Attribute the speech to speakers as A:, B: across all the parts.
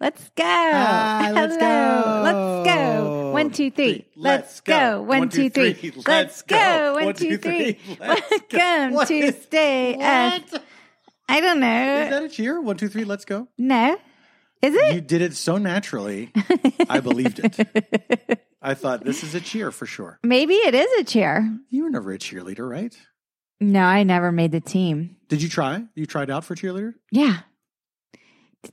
A: Let's go.
B: Ah, let's
A: Hello.
B: go.
A: Let's go. One, two, three. Let's go. One, two, three. Let's go. One, two, three. Welcome
B: What
A: to
B: is-
A: stay. at-
B: What?
A: I don't
B: Is
A: know.
B: that a cheer? One, two, three, let's go.
A: No. Is it?
B: You did it so naturally. I believed it. I thought this is a cheer for sure.
A: Maybe it is a chair.
B: You were never a cheerleader, right?
A: No, I never made the team.
B: Did you try? You tried out for cheerleader?
A: Yeah.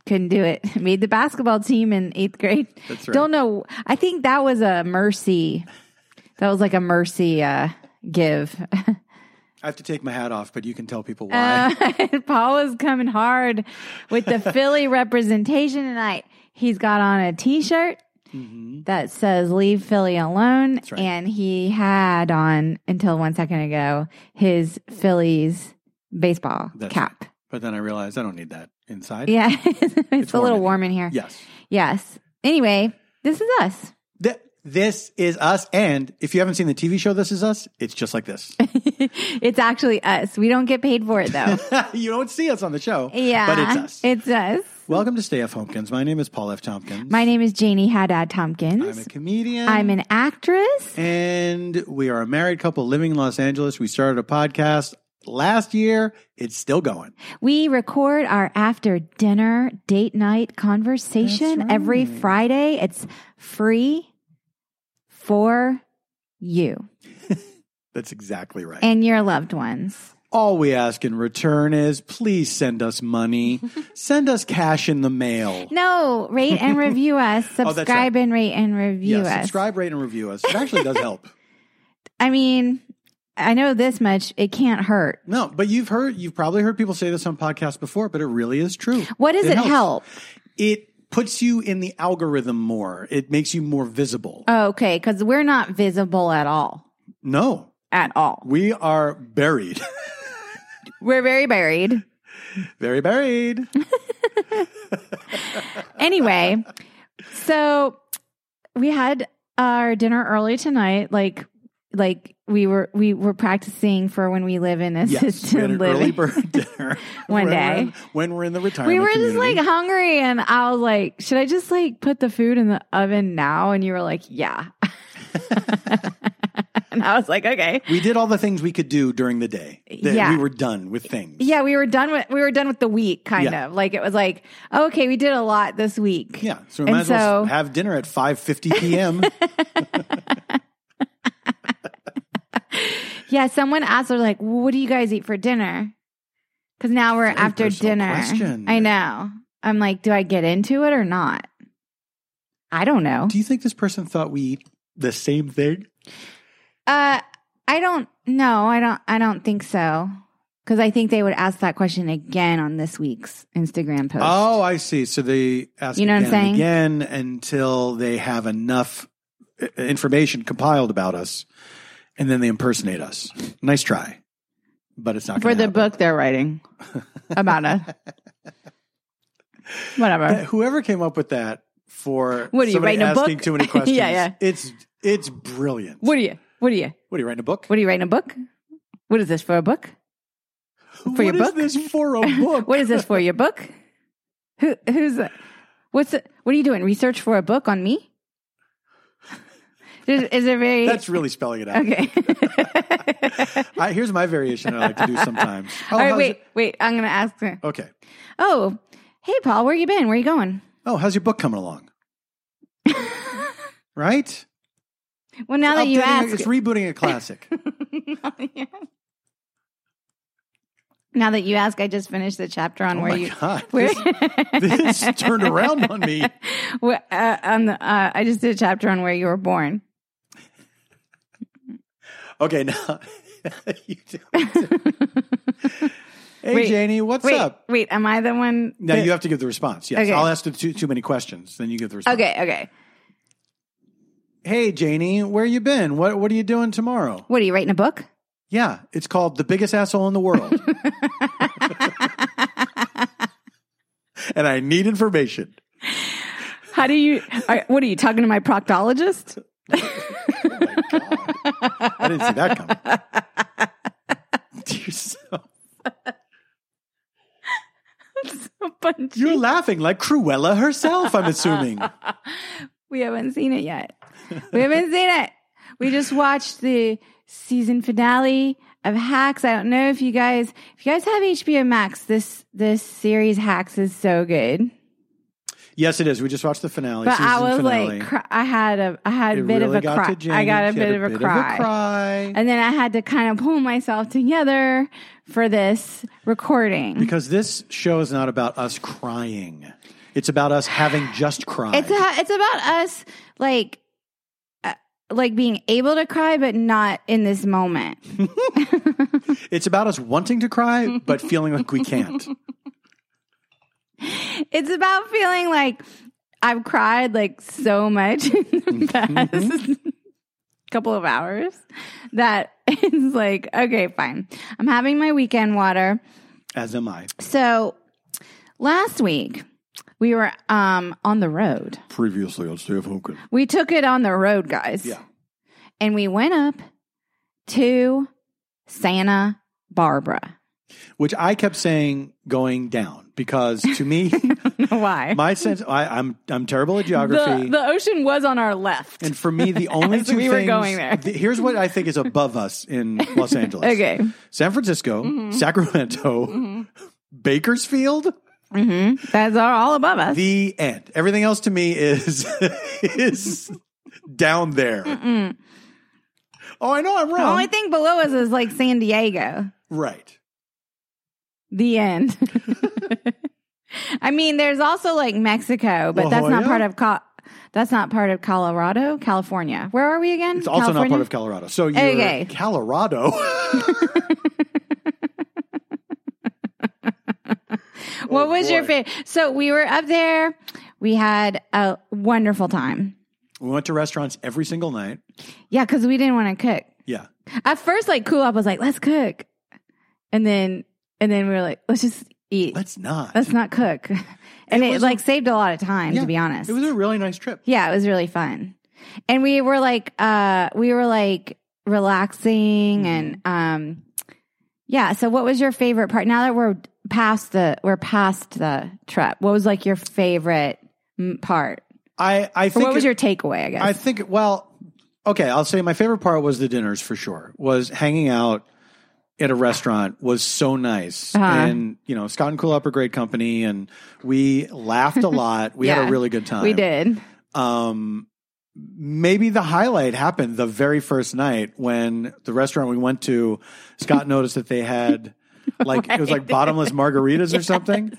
A: Couldn't do it. Made the basketball team in eighth grade.
B: That's right.
A: Don't know. I think that was a mercy. That was like a mercy uh, give.
B: I have to take my hat off, but you can tell people why.
A: Uh, Paul was coming hard with the Philly representation tonight. He's got on a t shirt
B: Mhm.
A: that says leave Philly alone.
B: right.
A: And he had on, until one second ago, his Phillies baseball
B: That's
A: cap.
B: But then I realized I don't need that inside.
A: Yeah. it's, a
B: warm
A: little
B: in
A: warm in here.
B: Yes.
A: Yes. Anyway, this is us.
B: Th- this is us. And if you haven't seen the TV show This Is Us, it's just like this.
A: it's actually us. We don't get paid for it though.
B: you don't see us on the show.
A: yeah.
B: But it's us.
A: It's us.
B: Welcome to Stay F. Homkins. My name is Paul F. Tompkins.
A: My name is Janie Haddad
B: I'm a
A: Tompkins.
B: comedian.
A: I'm an actress.
B: And we are a married couple living in Los Angeles. We started a podcast last year. It's still going.
A: We record our after dinner date night conversation
B: That's
A: every
B: right.
A: Friday. It's free for you
B: That's exactly right.
A: and your loved ones.
B: All we ask in return is please send us money, send us cash in the mail.
A: No, rate and review us.
B: Oh, that's
A: Subscribe and rate and review
B: yeah,
A: us.
B: subscribe, rate, and review us. It actually does help.
A: I mean, I know this much. It can't hurt.
B: No, but you've heard, you've probably heard people say this on podcasts before, but it really is true.
A: What does
B: It
A: it,
B: helps.
A: help?
B: It puts you in the algorithm more. It makes you more visible.
A: Oh, okay, because we're not visible at all.
B: no,
A: At all.
B: we are buried,
A: We're very buried.
B: very buried.
A: Anyway, so we had our dinner early tonight. Like, like we were we were practicing for when we live in
B: Yes, we
A: assisted
B: had an
A: living.
B: early bird dinner
A: One
B: when we're
A: day.
B: in- when we're in the retirement.
A: we were just
B: community.
A: like hungry, and I was like, "Should I just like put the food in the oven now?" And you were like, "Yeah." and I was like, "Okay."
B: we did all the things we could do during the day. That
A: Yeah.
B: we were done with things.
A: Yeah, we were done with we were done with the week, kind
B: Yeah.
A: of like it was like okay, we did a lot this week.
B: Yeah, so we
A: And
B: might as well
A: so-
B: have dinner at five fifty p.m.
A: Yeah, someone asked, they're like, "What do you guys eat for dinner?" Because now we're
B: Very
A: after
B: personal
A: dinner.
B: question.
A: I know. I'm like, do I get into it or not? I don't know.
B: do you think this person thought we eat the same thing?
A: Uh, I don't. No, I don't. I don't think so. Because I think they would ask that question again on this week's Instagram post.
B: Oh, I see. So they ask
A: You know what I'm
B: again and
A: saying?
B: again until they have enough uh, information compiled about us, and then they impersonate us. Nice try, but it's not
A: for
B: gonna
A: the
B: happen.
A: book they're writing about us. Whatever.
B: That- Uh, whoever came up with that for
A: What are you,
B: somebody
A: writing a book?
B: asking too many questions,
A: Yeah, yeah.
B: it's it's brilliant.
A: What are you? What are you?
B: What are you writing a book?
A: What are you writing a book? What is this for a book? for your
B: What is
A: book?
B: this for a book?
A: What is this for your book? Who who's what's the, what are you doing? Research for a book on me? Is, is there very
B: That's really spelling it out.
A: okay?
B: I, here's my variation I like to do sometimes. Oh,
A: All right,
B: how's
A: wait,
B: Your,
A: wait. I'm gonna ask her.
B: okay.
A: Oh, hey, Paul, where you been? Where you going?
B: Oh, how's your book coming along? right?
A: Well, now that you
B: Updating a-
A: ask,
B: it's rebooting a classic.
A: now that you ask, I just finished the chapter on
B: oh
A: where
B: my
A: you.
B: god!
A: Where,
B: This, this turned around on me.
A: Well, uh, on the, uh, I just did a chapter on where you were born.
B: Okay, now. You do- hey,
A: Wait,
B: Janie, what's
A: Wait,
B: up?
A: wait, am I the one?
B: Now
A: that-
B: you have to give the response. Yes,
A: Okay.
B: I'll ask the too, too many questions, then you give the response.
A: Okay, okay.
B: Hey, Janie, where you been? What What are you doing tomorrow?
A: What are you writing a book?
B: Yeah, it's called "The Biggest Asshole in the World," and I need information.
A: How do you? Are, what are you talking to my proctologist?
B: Oh my God. I didn't see that coming. You're so-
A: So Bungee.
B: You're laughing like Cruella herself, I'm assuming.
A: we haven't seen it yet. We haven't seen it. We just watched the season finale of Hacks. I don't know if you guys if you guys have HBO Max, this this series Hacks is so good.
B: Yes, it is. We just watched the finale.
A: But
B: season
A: I was
B: finale.
A: like cry, I had a I had a
B: It
A: bit
B: really
A: of a
B: got
A: cry.
B: to Janie.
A: I got a
B: She
A: bit
B: had
A: of a
B: bit
A: cry.
B: cry.
A: And then I had to kind of pull myself together for this recording.
B: Because this show is not about us crying. It's about us having just cried.
A: It's a, it's about us like uh, like being able to cry but not in this moment.
B: it's about us wanting to cry, but feeling like we can't.
A: It's about feeling like I've cried like so much
B: Mm-hmm.
A: in the past couple of hours that it's like okay, fine. I'm having my weekend water.
B: As am I.
A: So last week we were um on the road.
B: Previously on Steve Hogan.
A: We took it on the road, guys.
B: Yeah.
A: And we went up to Santa Barbara.
B: Which I kept saying going down because to me,
A: Why?
B: my sense, I, I'm I'm terrible at
A: the,
B: geography.
A: the ocean was on our left.
B: and for me, the only
A: As
B: two
A: we
B: things.
A: were going there.
B: th- here's what I think is above us in Los Angeles:
A: Okay. Mm-hmm.
B: San Francisco, Sacramento, Bakersfield.
A: hmm That's all, all above us.
B: The end. Everything else to me is is down there.
A: Mm-mm.
B: Oh, I know I'm
A: The
B: wrong.
A: only thing below us is like San Diego.
B: right.
A: The end. I mean, there's also like Mexico, but
B: La
A: that's not
B: Jolla?
A: part of Col- that's not part of Colorado, California. Where are we again?
B: It's also
A: California?
B: not part of Colorado. So you're
A: Okay.
B: Colorado.
A: What
B: Oh,
A: was your
B: boy.
A: favorite? So we were up there. We had a wonderful time.
B: we went to restaurants every single night.
A: Yeah, because we didn't want to cook.
B: Yeah.
A: At first, like Cool Up was like, "Let's cook," and then and then we were like, "Let's just eat. Let's,
B: Let's not.
A: not cook." And it,
B: was a-
A: like saved a lot of time,
B: Yeah.
A: to be honest.
B: it was a really nice trip.
A: yeah, it was really fun, and we were like, uh, we were like
B: Mm-hmm.
A: relaxing and um, yeah. So, what was your favorite part? Now that we're past the we're past the trip, what was like your favorite mm, part?
B: I, I
A: Or
B: think
A: what was
B: it-
A: your takeaway? I guess.
B: I think well, okay, I'll say my favorite part was the dinners for sure. Was hanging out at a restaurant was so nice.
A: Uh-huh.
B: And you know, Scott and Cool Up are great company and we laughed a lot. We had
A: Yeah,
B: a really good time.
A: we did.
B: Um maybe the highlight happened the very first night when the restaurant we went to, Scott noticed that they had like it was like bottomless margaritas or something.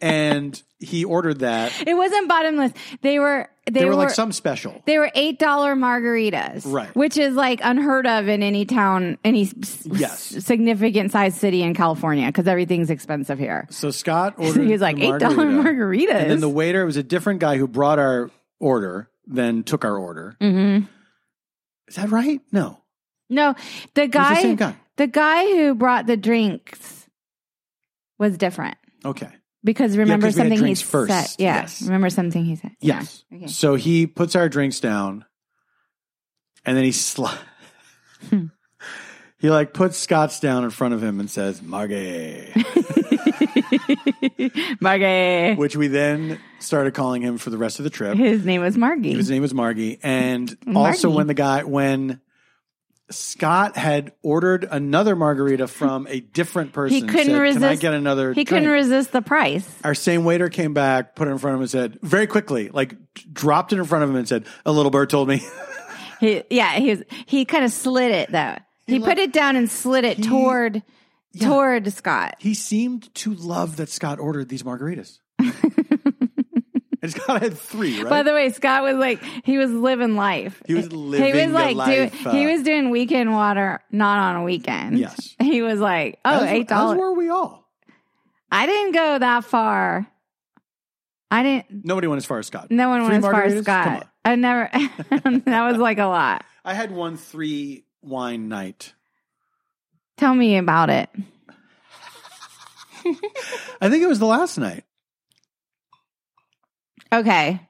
B: And he ordered that.
A: It wasn't bottomless. They were they,
B: They, were,
A: were,
B: like some special.
A: They were eight dollar margaritas,
B: Right.
A: Which is like unheard of in any town, any s-
B: Yes.
A: significant sized city in California, because everything's expensive here.
B: So Scott
A: So
B: ordered
A: he was like
B: the
A: eight dollar
B: margarita.
A: margaritas.
B: And then the waiter it was a different guy who brought our order, then took our order.
A: Mhm.
B: Is that right? No.
A: No, the
B: It was the
A: guy,
B: same
A: the,
B: guy.
A: guy who brought the drinks was different
B: Okay.
A: because remember
B: 'cause we had
A: something he
B: drinks first.
A: said. Yeah,
B: Yes.
A: remember something he said. Yeah.
B: Yes.
A: Okay.
B: So he puts our drinks down and then he sli-
A: Hmm.
B: He like puts Scott's down in front of him and says, Margay,
A: Margie.
B: which we then started calling him for the rest of the trip.
A: His name was Margie.
B: His name was Margie. And also
A: Margie.
B: when the guy when Scott had ordered another margarita from a different person.
A: couldn't
B: said, Can I
A: resist-
B: get another
A: he
B: drink?"
A: couldn't resist the price.
B: Our same waiter came back, put it in front of him and said, very quickly, like dropped it in front of him and said, A little bird told me.
A: He, yeah, he was, he kind of slid it though. He,
B: like-
A: put it down and slid it toward toward Scott.
B: he seemed to love that Scott ordered these margaritas. and Scott had three, right?
A: By the way, Scott was like he was living life.
B: He was living the life,
A: do,
B: uh,
A: he was doing weekend water, not on a weekend.
B: Yes.
A: he was like, oh,
B: As-
A: eight
B: As
A: dollars.
B: were we all.
A: I didn't go that far. I didn't.
B: Nobody went as far as Scott.
A: No one went as
B: Three
A: far as
B: margaritas? Come on.
A: Scott. I never. that was like a lot.
B: I had one three wine night.
A: Tell me about it.
B: I think it was the last night.
A: Okay.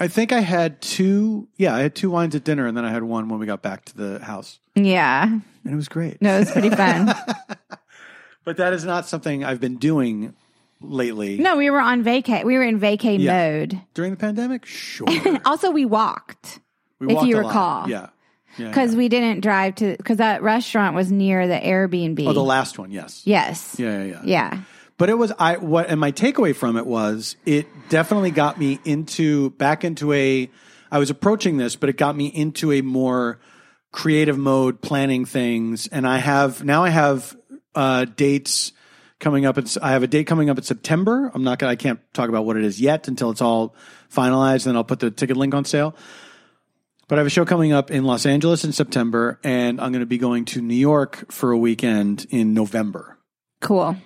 B: I think I had two. Yeah, I had two wines at dinner, and then I had one when we got back to the house,
A: Yeah.
B: and it was great.
A: No, it was pretty fun.
B: but that is not something I've been doing lately.
A: No, we were on vacay. We were in vacay
B: Yeah.
A: mode.
B: During the pandemic? Sure. we
A: also, we walked If
B: walked
A: you
B: a lot.
A: recall.
B: Yeah. Yeah,
A: because
B: yeah.
A: we didn't drive to because that restaurant was near the Airbnb.
B: Oh, the last one, yes.
A: yes, yeah.
B: Yeah, yeah, yeah. But it was I what and my takeaway from it was it definitely got me into back into a I was approaching this, but it got me into a more creative mode, planning things, and I have now I have uh, dates coming up. It's I have a date coming up in September. I'm not gonna I can't talk about what it is yet until it's all finalized, and then I'll put the ticket link on sale. But I have a show coming up in Los Angeles in September, and I'm going to be going to New York for a weekend in November
A: cool.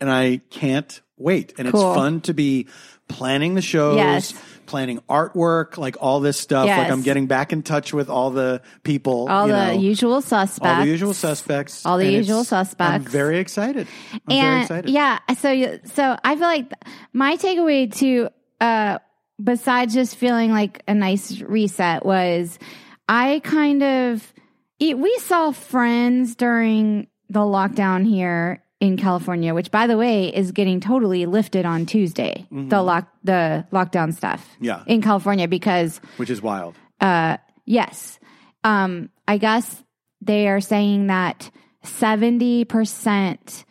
B: and I can't wait. And
A: Cool.
B: it's fun to be planning the shows,
A: Yes.
B: planning artwork, like all this stuff.
A: Yes.
B: Like I'm getting back in touch with all the people,
A: All
B: you
A: the
B: know,
A: usual suspects.
B: all the usual suspects,
A: All the
B: And it's-
A: usual
B: I'm
A: suspects.
B: very excited. I'm very
A: and
B: excited.
A: yeah, so you- so I feel like my takeaway to uh besides just feeling like a nice reset was I kind of it, we saw friends during the lockdown here in California, which by the way is getting totally lifted on Tuesday. The lock the lockdown stuff.
B: Mm-hmm. Yeah.
A: In California because
B: which is wild.
A: uh, yes. Um, I guess they are saying that 70%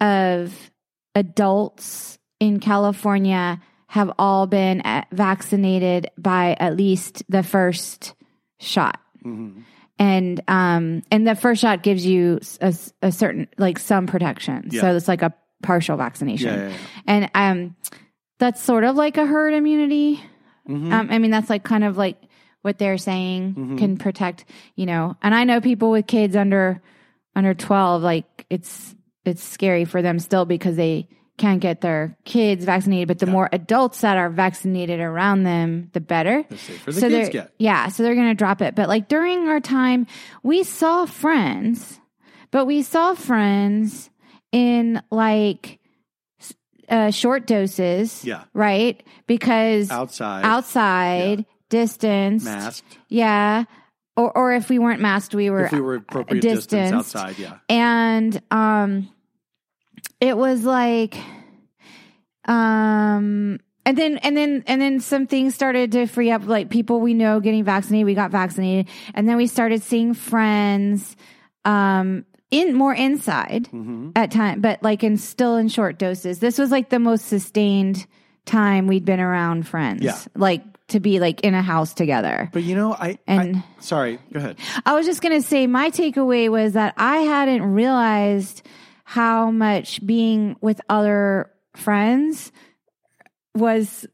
A: of adults in California have all been uh, vaccinated by at least the first shot.
B: Mhm.
A: And um and the first shot gives you s- a, s- a certain like some protection,
B: Yeah.
A: so it's like a partial vaccination,
B: Yeah, yeah, yeah.
A: and um that's sort of like a herd immunity.
B: Mhm.
A: Um, I mean, that's like kind of like what they're saying
B: Mhm.
A: can protect, you know. And I know people with kids under under twelve, like it's it's scary for them still because they can't get their kids vaccinated. But the more adults that are vaccinated around them, the better.
B: The safer the
A: so
B: kids
A: they're
B: get.
A: yeah, so they're gonna drop it. But like during our time, we saw friends, but we saw friends in like s- uh, short doses,
B: Yeah.
A: right? Because
B: Outside,
A: outside, distance,
B: masked.
A: yeah, or or if we weren't masked, we were,
B: If we were appropriate distance
A: distanced.
B: outside, yeah.
A: and um, it was like, um. And then, and then, and then some things started to free up, like people we know getting vaccinated. We got vaccinated, and then we started seeing friends, um, in more inside
B: Mhm.
A: at time, but like in still in short doses. This was like the most sustained time we'd been around friends,
B: Yeah.
A: like to be like in a house together.
B: But you know, I,
A: And-
B: I sorry, go ahead.
A: I was just gonna say my takeaway was that I hadn't realized how much being with other friends was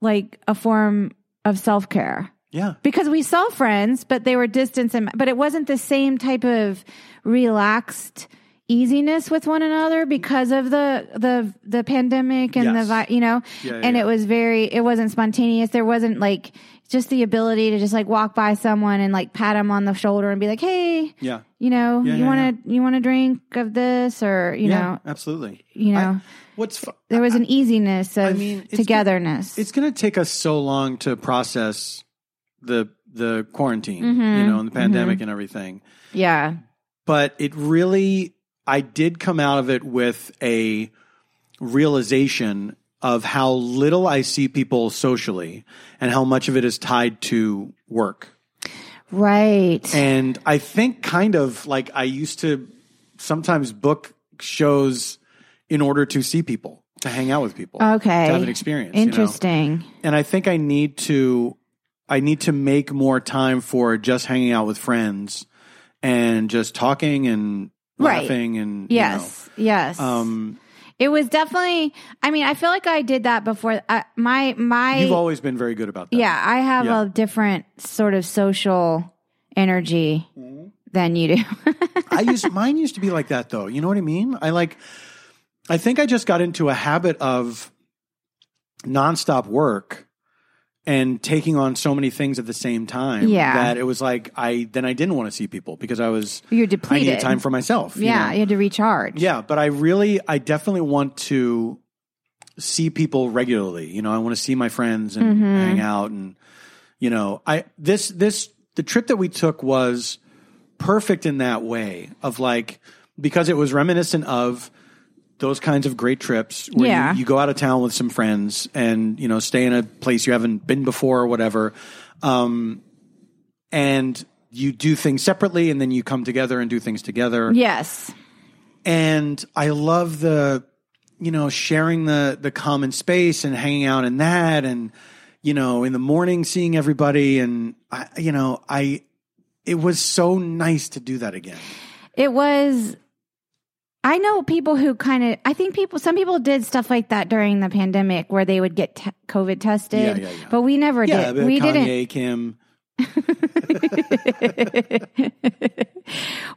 A: like a form of self care
B: Yeah,
A: because we saw friends, but they were distance and but it wasn't the same type of relaxed easiness with one another because of the the the pandemic and
B: Yes.
A: the vi- you know
B: Yeah, yeah,
A: and
B: yeah.
A: it was very it wasn't spontaneous there wasn't like just the ability to just like walk by someone and like pat them on the shoulder and be like hey
B: yeah,
A: you know
B: Yeah,
A: you
B: yeah,
A: want to you want a drink of this or you
B: yeah,
A: know
B: absolutely.
A: you
B: I-
A: know
B: what's fu-
A: there was an easiness of
B: mean, it's-
A: togetherness
B: it's going to take us so long to process the the quarantine, you
A: Mhm.
B: know, and the pandemic and everything.
A: yeah
B: But it really, I did come out of it with a realization of how little I see people socially, and how much of it is tied to work.
A: right
B: And I think kind of like I used to sometimes book shows in order to see people, to hang out with people,
A: okay
B: to have an experience. you know?
A: interesting
B: and I think I need to I need to make more time for just hanging out with friends and just talking and
A: Right.
B: laughing and you
A: Yes. yes.
B: know. um
A: it was definitely I mean, I feel like I did that before I, my my
B: you've always been very good about that.
A: Yeah, I have
B: Yeah.
A: a different sort of social energy than you do.
B: I used mine used to be like that though. You know what I mean? I like I think I just got into a habit of nonstop work and taking on so many things at the same time
A: Yeah.
B: that it was like I then I didn't want to see people because I was
A: You're
B: I
A: depleted.
B: needed time for myself. you
A: yeah,
B: know?
A: you had to recharge.
B: Yeah, but I really, I definitely want to see people regularly. You know, I want to see my friends and
A: Mhm.
B: hang out, and you know, I this this the trip that we took was perfect in that way of like because it was reminiscent of those kinds of great trips where
A: Yeah.
B: you, you go out of town with some friends and you know stay in a place you haven't been before or whatever um, and you do things separately and then you come together and do things together
A: Yes.
B: and I love the you know sharing the the common space and hanging out in that and you know in the morning seeing everybody and I you know I it was so nice to do that again.
A: It was. I know people who kind of. I think people. Some people did stuff like that during the pandemic, where they would get te- COVID tested.
B: Yeah, yeah, yeah.
A: But we never
B: Yeah,
A: did.
B: the
A: We
B: Kanye
A: didn't.
B: Kim.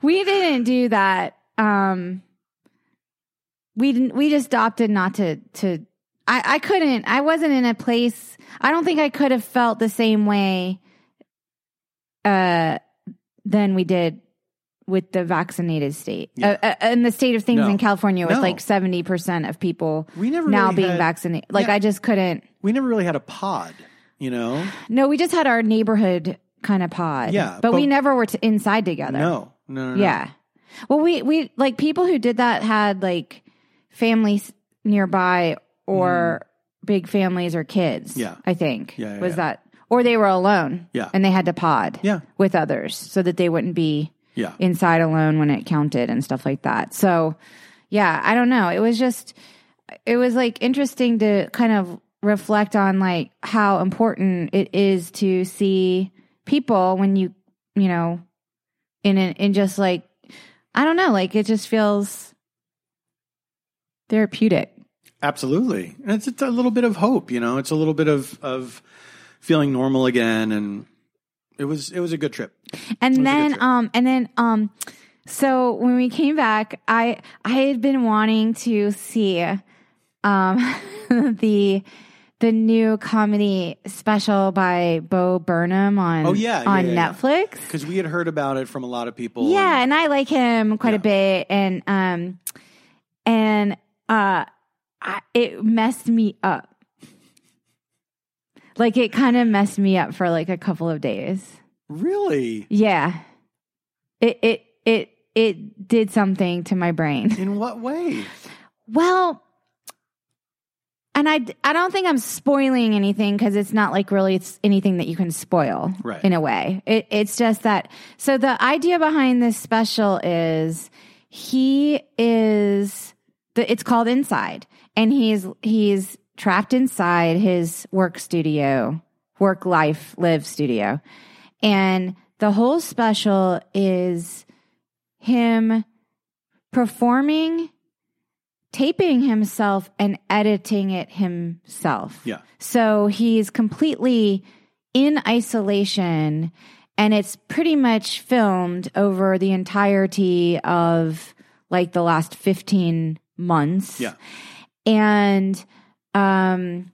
A: we didn't do that. Um, we didn't. We just opted not to. To. I. I couldn't. I wasn't in a place. I don't think I could have felt the same way. Uh, than we did with the vaccinated state
B: Yeah.
A: uh, uh, in the state of things
B: No.
A: in California with
B: No.
A: like 70% of people
B: We never
A: now
B: really
A: being
B: had-
A: vaccinated. Like
B: Yeah.
A: I just couldn't.
B: We never really had a pod, you know.
A: No, we just had our neighborhood kind of pod.
B: Yeah,
A: But, we
B: but-
A: never were t- inside together.
B: No, no, no, no.
A: Yeah. Well, we, we like people who did that had like families nearby or big families or kids.
B: Mm. Yeah.
A: I think
B: Yeah, yeah,
A: was
B: yeah.
A: that, or they were alone.
B: Yeah.
A: And they had to pod
B: Yeah.
A: with others so that they wouldn't be
B: yeah.
A: inside alone when it counted and stuff like that. So, yeah, I don't know. It was just, it was like interesting to kind of reflect on like how important it is to see people when you, you know, in an, in just like, I don't know, like it just feels therapeutic.
B: Absolutely. And it's, it's a little bit of hope, you know. It's a little bit of of feeling normal again and it was it was a good trip.
A: And
B: was a good
A: then
B: trip.
A: um and then um so when we came back, I I had been wanting to see um the the new comedy special by Bo Burnham on
B: Oh, yeah, yeah,
A: on
B: yeah, yeah.
A: Netflix.
B: Cuz we had heard about it from a lot of people. and-
A: Yeah, and I like him quite
B: Yeah.
A: a bit, and um, and uh, I, it messed me up. Like it kind of messed me up for like a couple of days.
B: Really?
A: Yeah, it it it it did something to my brain.
B: In what way?
A: Well, and I I don't think I'm spoiling anything because it's not like really it's anything that you can spoil
B: Right.
A: in a way. It, it's just that. So the idea behind this special is he is the it's called Inside, and he's he's trapped inside his work studio, work life live studio, and the whole special is him performing taping himself and editing it himself.
B: Yeah.
A: So he's completely in isolation and it's pretty much filmed over the entirety of like the last 15 months.
B: Yeah.
A: And um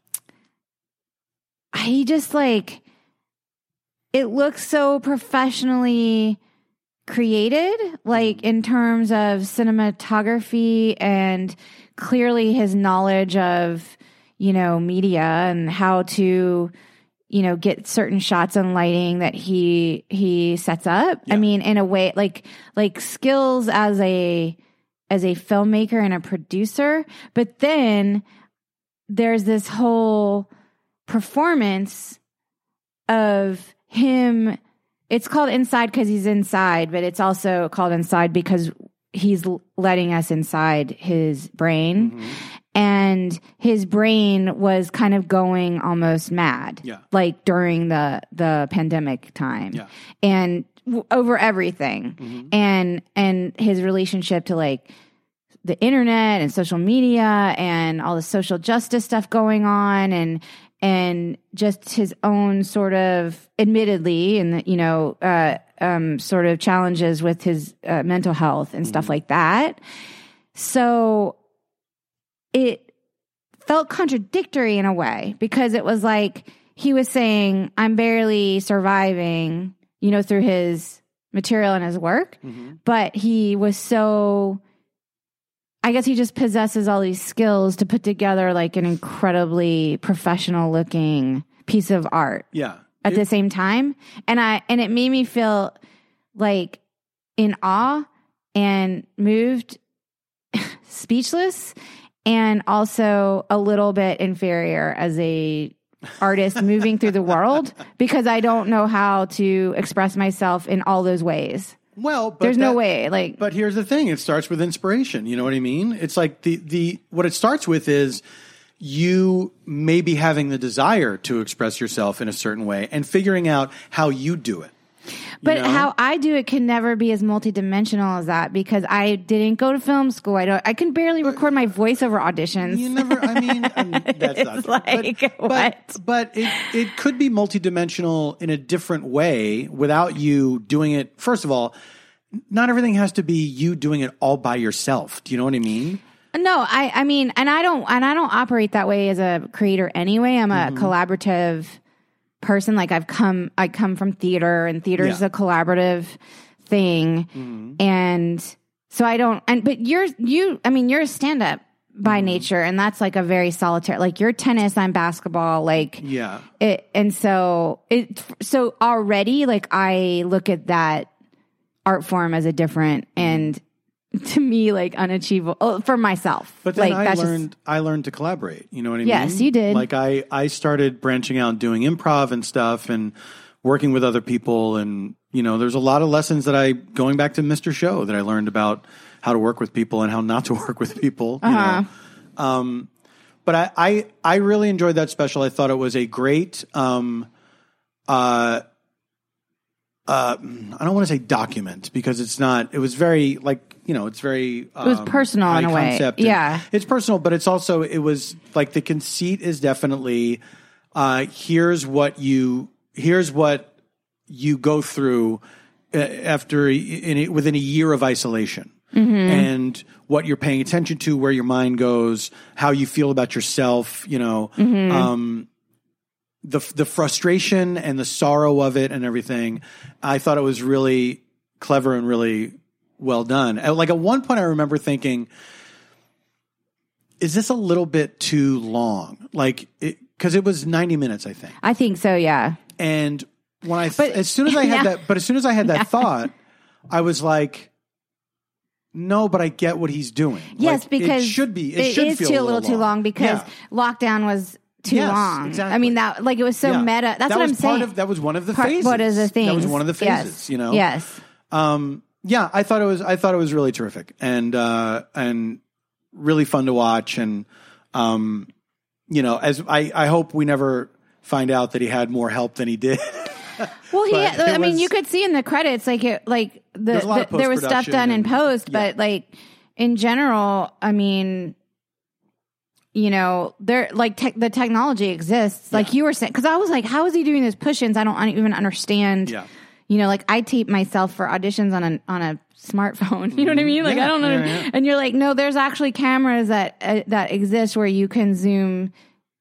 A: he just like it looks so professionally created like in terms of cinematography and clearly his knowledge of you know media and how to you know get certain shots and lighting that he he sets up i
B: Yeah.
A: mean in a way like like skills as a as a filmmaker and a producer but then there's this whole performance of him it's called inside because he's inside but it's also called inside because he's l- letting us inside his brain
B: Mm-hmm.
A: and his brain was kind of going almost mad
B: Yeah.
A: like during the the pandemic time
B: Yeah.
A: and w- over everything
B: Mhm.
A: and and his relationship to like the internet and social media and all the social justice stuff going on and and just his own sort of admittedly and you know uh, um, sort of challenges with his uh, mental health and
B: Mm-hmm.
A: stuff like that so it felt contradictory in a way because it was like he was saying i'm barely surviving you know through his material and his work
B: Mhm.
A: but he was so i guess he just possesses all these skills to put together like an incredibly professional looking piece of art
B: Yeah.
A: at
B: It-
A: the same time and i and it made me feel like in awe and moved speechless and also a little bit inferior as a artist moving through the world because I don't know how to express myself in all those ways.
B: Well, but
A: There's no
B: that-
A: way. Like
B: But here's the thing: it starts with inspiration. You know what I mean? It's like the the what it starts with is you maybe having the desire to express yourself in a certain way and figuring out how you do it.
A: But
B: know?
A: how I do it can never be as multidimensional as that because I didn't go to film school. I don't. I can barely record my voiceover auditions.
B: You never. I mean, I mean, that's not
A: It's
B: true.
A: like,
B: but,
A: what?
B: But, but it it could be multidimensional in a different way without you doing it. First of all, not everything has to be you doing it all by yourself. Do you know what I mean?
A: no, I. I mean, and I don't. And I don't operate that way as a creator anyway. I'm a collaborative person. Like I've come. I come from theater, and theater is
B: Yeah.
A: a collaborative thing. And so I don't. And but you're you. I mean, you're a stand up by nature, and that's like a very solitary. Like you're tennis, I'm basketball. Like
B: Yeah.
A: it and so it so already like i look at that art form as a different
B: Mm-hmm.
A: and to me like unachievable oh, for myself
B: But then
A: like
B: I
A: just-
B: learned I learned to collaborate. You know what I mean?
A: Yes, you did.
B: Like I I started branching out and doing improv and stuff and working with other people and you know there's a lot of lessons that I going back to Mr. Show that I learned about how to work with people and how not to work with people. You
A: Uh-huh.
B: know? Um, but I, I I really enjoyed that special. I thought it was a great. Um, uh, uh, I don't want to say document because it's not. It was very like you know, it's very. Um,
A: was personal in
B: high
A: a way.
B: concept and-
A: Yeah.
B: it's personal, but it's also it was like the conceit is definitely uh, here's what you here's what you go through uh, after in a, within a year of isolation and what you're paying attention to where your mind goes how you feel about yourself you know um, the the frustration and the sorrow of it and everything i thought it was really clever and really well done Uh, like at one point i remember thinking is this a little bit too long like because it was 90 minutes i think
A: i think so yeah
B: and when I,
A: But-
B: as soon as I had
A: now-
B: that, but as soon as I had that thought, I was like, no, but I get what he's doing.
A: yes
B: Like,
A: because
B: it should be. It,
A: it
B: should
A: is
B: feel
A: too
B: a little
A: too long because
B: Yeah.
A: lockdown was too
B: Yes,
A: long i
B: exactly.
A: mean that like it was so
B: Yeah.
A: meta that's
B: that
A: what
B: was
A: i'm
B: part
A: saying
B: Of, that was one of the
A: Part-
B: phases.
A: what is the thing
B: That was one of the phases.
A: yes.
B: You know.
A: yes
B: Um. Yeah, I thought it was. I thought it was really terrific and uh, and really fun to watch. And um, you know, as I, I hope we never find out that he had more help than he did.
A: Well, he.
B: But
A: I
B: it
A: mean,
B: was-
A: you could see in the credits, like it, like the,
B: There's a lot
A: the
B: of
A: there was stuff
B: post-production
A: done in
B: and-
A: post, but like in general, I mean, you know, there like tech the technology exists, like you were saying, because I was like, how is he doing those push-ins? I don't un- even understand.
B: Yeah.
A: You know, like I tape myself for auditions on a on a smartphone. You know what I mean? Like
B: Yeah,
A: I don't know.
B: yeah, yeah.
A: And you're like, no, there's actually cameras that uh, that exist where you can zoom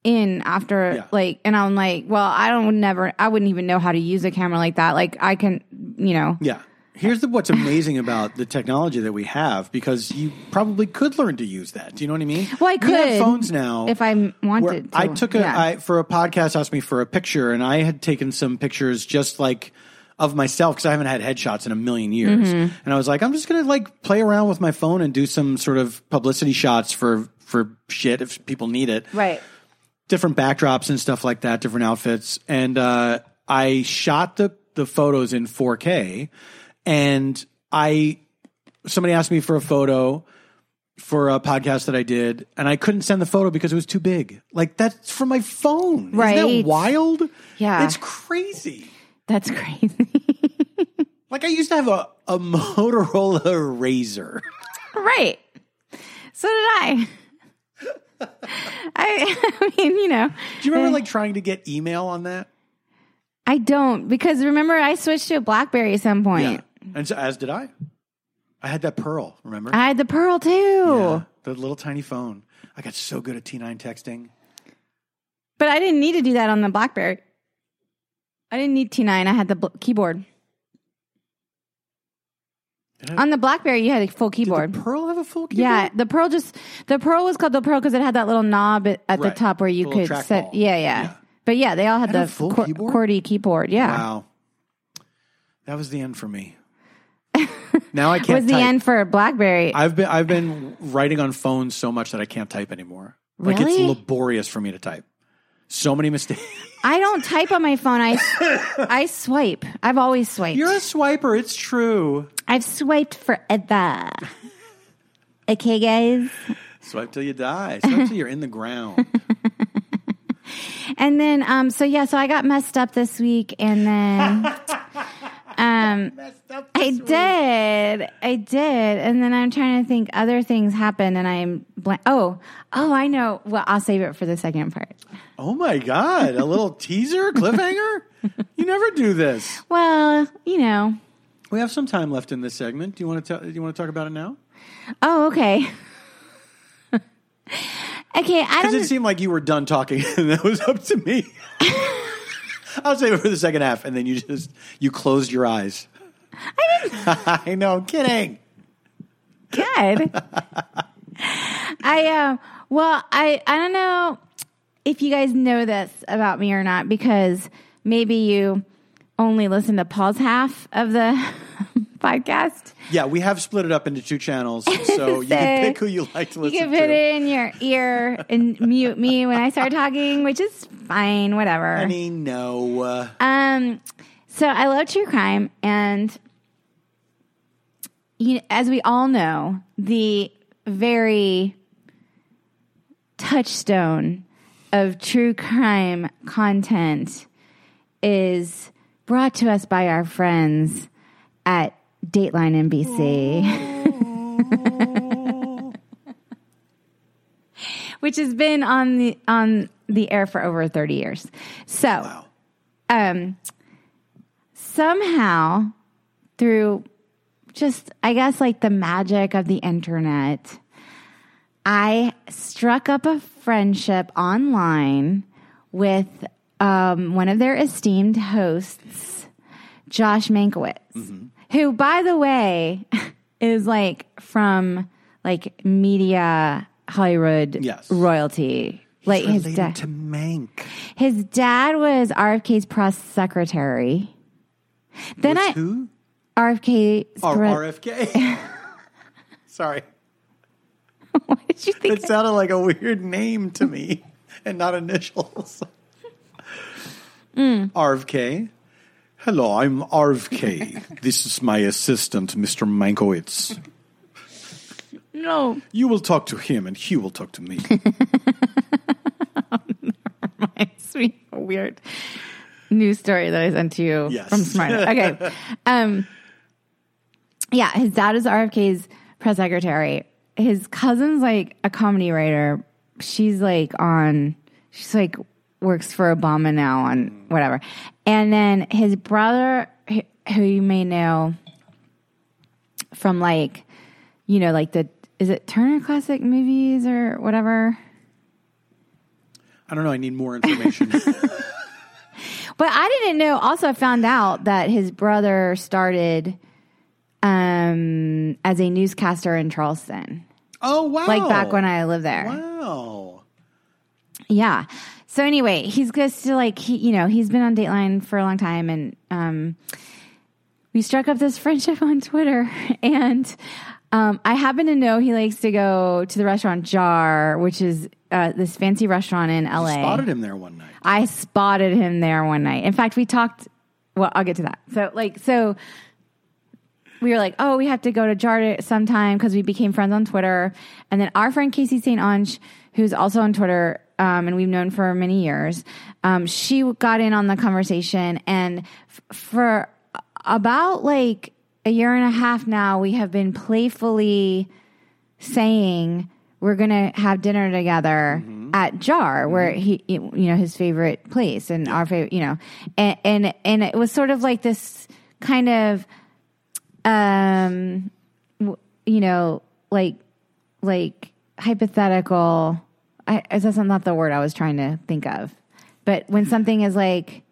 A: in after
B: Yeah.
A: like and I'm like, well, I don't never I wouldn't even know how to use a camera like that. Like I can, you know.
B: Yeah. Here's the, what's amazing about the technology that we have because you probably could learn to use that. Do you know what I mean?
A: Well, I
B: We
A: could,
B: have phones now.
A: if I m-
B: where
A: wanted to.
B: I took a I
A: Yeah.
B: for a podcast asked me for a picture and I had taken some pictures just like of myself because I haven't had headshots in a million years.
A: Mm-hmm.
B: And I was like, I'm just gonna like play around with my phone and do some sort of publicity shots for for shit if people need it
A: Right.
B: different backdrops and stuff like that, different outfits. And uh, I shot the the photos in 4K, and I somebody asked me for a photo for a podcast that I did, and I couldn't send the photo because it was too big. Like that's from my phone. Isn't
A: Right.
B: that wild?
A: Yeah.
B: it's crazy.
A: That's crazy.
B: Like I used to have a, a Motorola Razor.
A: right. So did I. I I mean, you know.
B: Do you remember
A: Eh.
B: like trying to get email on that?
A: I don't because remember I switched to a BlackBerry at some point.
B: and so as did I. I had that Pearl. Remember?
A: I had the Pearl too.
B: Yeah, the little tiny phone. I got so good at T9 texting.
A: But I didn't need to do that on the BlackBerry. I didn't need T9. I had the bl- keyboard.
B: Did I-
A: On the BlackBerry, you had a full
B: Did
A: keyboard.
B: the Pearl have a full keyboard?
A: yeah, the Pearl just the Pearl was called the Pearl because it had that little knob at, at
B: Right.
A: the top where you
B: The little
A: could set.
B: trackball.
A: Yeah, yeah,
B: Yeah.
A: But yeah, they all had
B: Had a
A: the
B: full
A: cor-
B: keyboard?
A: QWERTY keyboard. Yeah,
B: Wow. That was the end for me. Now I can't.
A: was the
B: type.
A: end for BlackBerry.
B: I've been I've been writing on phones so much that I can't type anymore. Like it's
A: Really?
B: laborious for me to type. So many mistakes.
A: I don't type on my phone. I I swipe. I've always swiped.
B: You're a swiper. It's true.
A: I've swiped forever. okay, guys.
B: Swipe till you die. Swipe till you're in the ground.
A: And then, um, so yeah, so I got messed up this week, and then, um, I did, I did, and then I'm trying to think other things happened, and I'm blank. Oh, oh, I know. Well, I'll save it for the second part.
B: Oh my god! A little teaser cliffhanger. You never do this.
A: Well, you know.
B: We have some time left in this segment. Do you want to? Do you want to talk about it now?
A: Oh, okay. okay, I
B: Because it
A: don't.
B: seemed like you were done talking, and that was up to me. I'll save it for the second half, and then you just you closed your eyes. I didn't. I know. I'm kidding.
A: good. I um well, I I don't know if you guys know this about me or not because maybe you only listen to Paul's half of the podcast.
B: Yeah, we have split it up into two channels, so you can
A: Say,
B: pick who you like to
A: You
B: listen
A: can put
B: to.
A: it in your ear and mute me when I start talking, which is fine, whatever.
B: I mean, no. Uh,
A: Um, so I love true crime, and you, as we all know, the very touchstone of true crime content is brought to us by our friends at Dateline NBC. Which has been on the on the air for over thirty years. So, um, somehow through just I guess like the magic of the internet, I struck up a friendship online with um, one of their esteemed hosts, Josh Mankiewicz,
B: Mm-hmm.
A: who, by the way, is like from like media Hollywood
B: Yes.
A: royalty. Like his
B: related
A: dad.
B: to Mank.
A: His dad was RFK's press secretary. Then I
B: Who?
A: RFK's
B: Oh,
A: press-
B: RFK. Sorry,
A: Why did you think?
B: it sounded like a weird name to me, and not initials.
A: Hmm.
B: RFK. Hello, I'm RFK. this is my assistant, Mr. Mankowitz.
A: No,
B: You will talk to him, and he will talk to me.
A: it's me a weird news story that I sent to you
B: Yes.
A: from Smyrna. Okay, um, yeah, his dad is RFK's press secretary. His cousin's like a comedy writer. She's like on. She's like works for Obama now on whatever. And then his brother, who- who you may know from like, you know, like the is it Turner Classic Movies or whatever.
B: I don't know. I need more information.
A: But I didn't know. Also, I found out that his brother started um, as a newscaster in Charleston,
B: oh wow!
A: like back when I lived there.
B: Wow.
A: Yeah. So anyway, he's just to like he, you know, he's been on Dateline for a long time, and um, we struck up this friendship on Twitter, and um, I happen to know he likes to go to the restaurant Jar, which is uh, this fancy restaurant in LA.
B: Spotted him there one night.
A: I spotted him there one night. In fact, we talked. Well, I'll get to that. So, like, so we were like, oh, we have to go to Jarda sometime because we became friends on Twitter. And then our friend Casey St. Ange, who's also on Twitter um, and we've known for many years, um, she got in on the conversation. And f- for about like a year and a half now, we have been playfully saying we're going to have dinner together at Jar, where he, you know, his favorite place and our favorite, you know, and, and, and it was sort of like this kind of, um, w- you know, like, like hypothetical, I, I- that's not the word I was trying to think of, but when something is like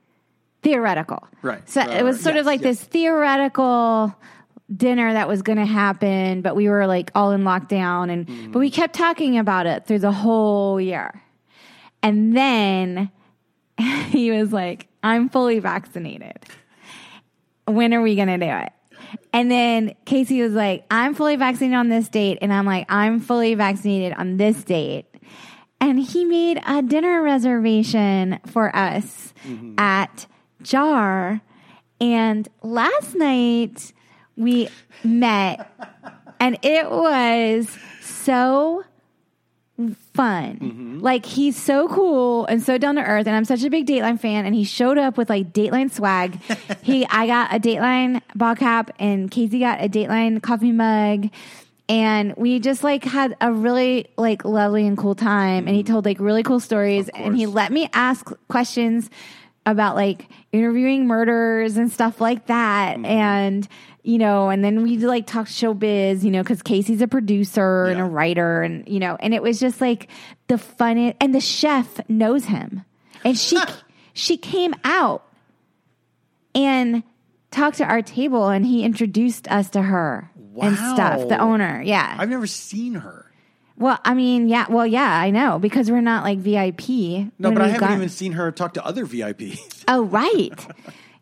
A: theoretical,
B: Right.
A: So
B: Right,
A: it was
B: right.
A: sort
B: Yes,
A: of like
B: yes.
A: this theoretical dinner that was going to happen, but we were like all in lockdown and
B: Mm.
A: but we kept talking about it through the whole year. And then he was like, "I'm fully vaccinated. When are we going to do it?" And then Casey was like, I'm fully vaccinated on this date. And I'm like, I'm fully vaccinated on this date. And he made a dinner reservation for us at Jar. And last night we met and it was so fun. Like he's so cool and so down to earth, and I'm such a big Dateline fan. And he showed up with like Dateline swag. he, I got a Dateline ball cap, and Casey got a Dateline coffee mug, and we just like had a really like lovely and cool time. And he told like really cool stories, and he
B: course.
A: let me ask questions about like interviewing murders and stuff like that
B: Mm-hmm.
A: and you know and then we like talked showbiz you know because casey's a producer and a
B: Yeah.
A: writer and you know and it was just like the fun and the chef knows him and she she came out and talked to our table and he introduced us to her and stuff the
B: Wow.
A: owner yeah
B: I've never seen her.
A: well i mean yeah well yeah i know because we're not like vip
B: No, but I haven't even seen her talk to other VIPs.
A: Oh, right.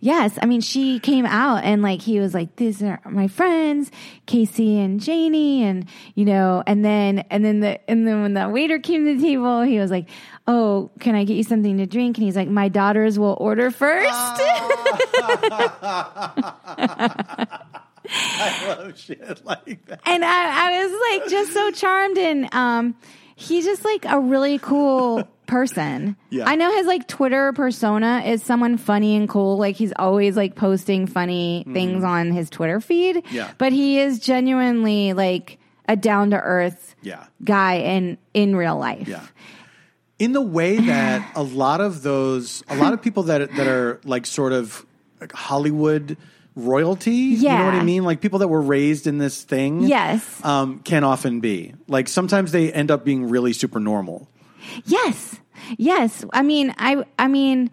A: yes. I mean, she came out and like he was like, these are my friends, Casey and Janie. And, you know, and then, and then the, and then when the waiter came to the table, he was like, Oh, can I get you something to drink? And he's like, My daughters will order first.
B: I love Oh, shit like that.
A: and I, I was like just so charmed and um he's just like a really cool person
B: Yeah.
A: i know his like twitter persona is someone funny and cool like he's always like posting funny things on his twitter feed
B: Mm-hmm. Yeah.
A: but he is genuinely like a down-to-earth
B: Yeah.
A: guy in in real life
B: Yeah. In the way that a lot of those, a lot of people that that are like sort of like Hollywood royalty, you know what
A: Yeah.
B: I mean? Like people that were raised in this thing,
A: Yes.
B: um, can often be. Like sometimes they end up being really super normal.
A: Yes. Yes. I mean, I I mean,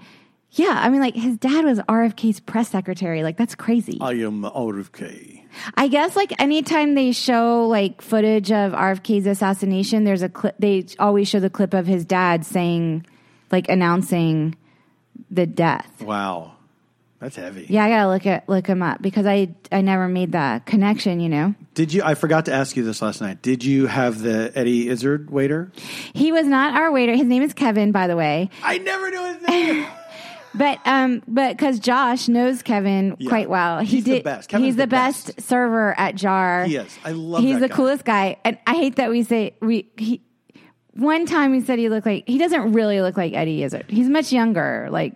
A: yeah, I mean like his dad was RFK's press secretary. Like that's crazy.
B: I am out of key.
A: I guess like anytime they show like footage of RFK's assassination, there's a clip. They always show the clip of his dad saying, like announcing the death.
B: Wow, that's heavy.
A: Yeah, I gotta look at look him up because I I never made that connection. You know,
B: Did you? I forgot to ask you this last night. Did you have the Eddie Izzard waiter?
A: he was not our waiter. His name is Kevin, by the way.
B: I never knew his name.
A: But um, but because Josh knows Kevin
B: Yeah.
A: quite well, he
B: He's the
A: did.
B: best. Kevin's
A: he's the,
B: the
A: best.
B: best.
A: server at Jar.
B: He is. I love
A: He's
B: that
A: the
B: guy.
A: coolest guy, and I hate that we say we he. One time he said he looked like he doesn't really look like Eddie Izzard. He's much younger, like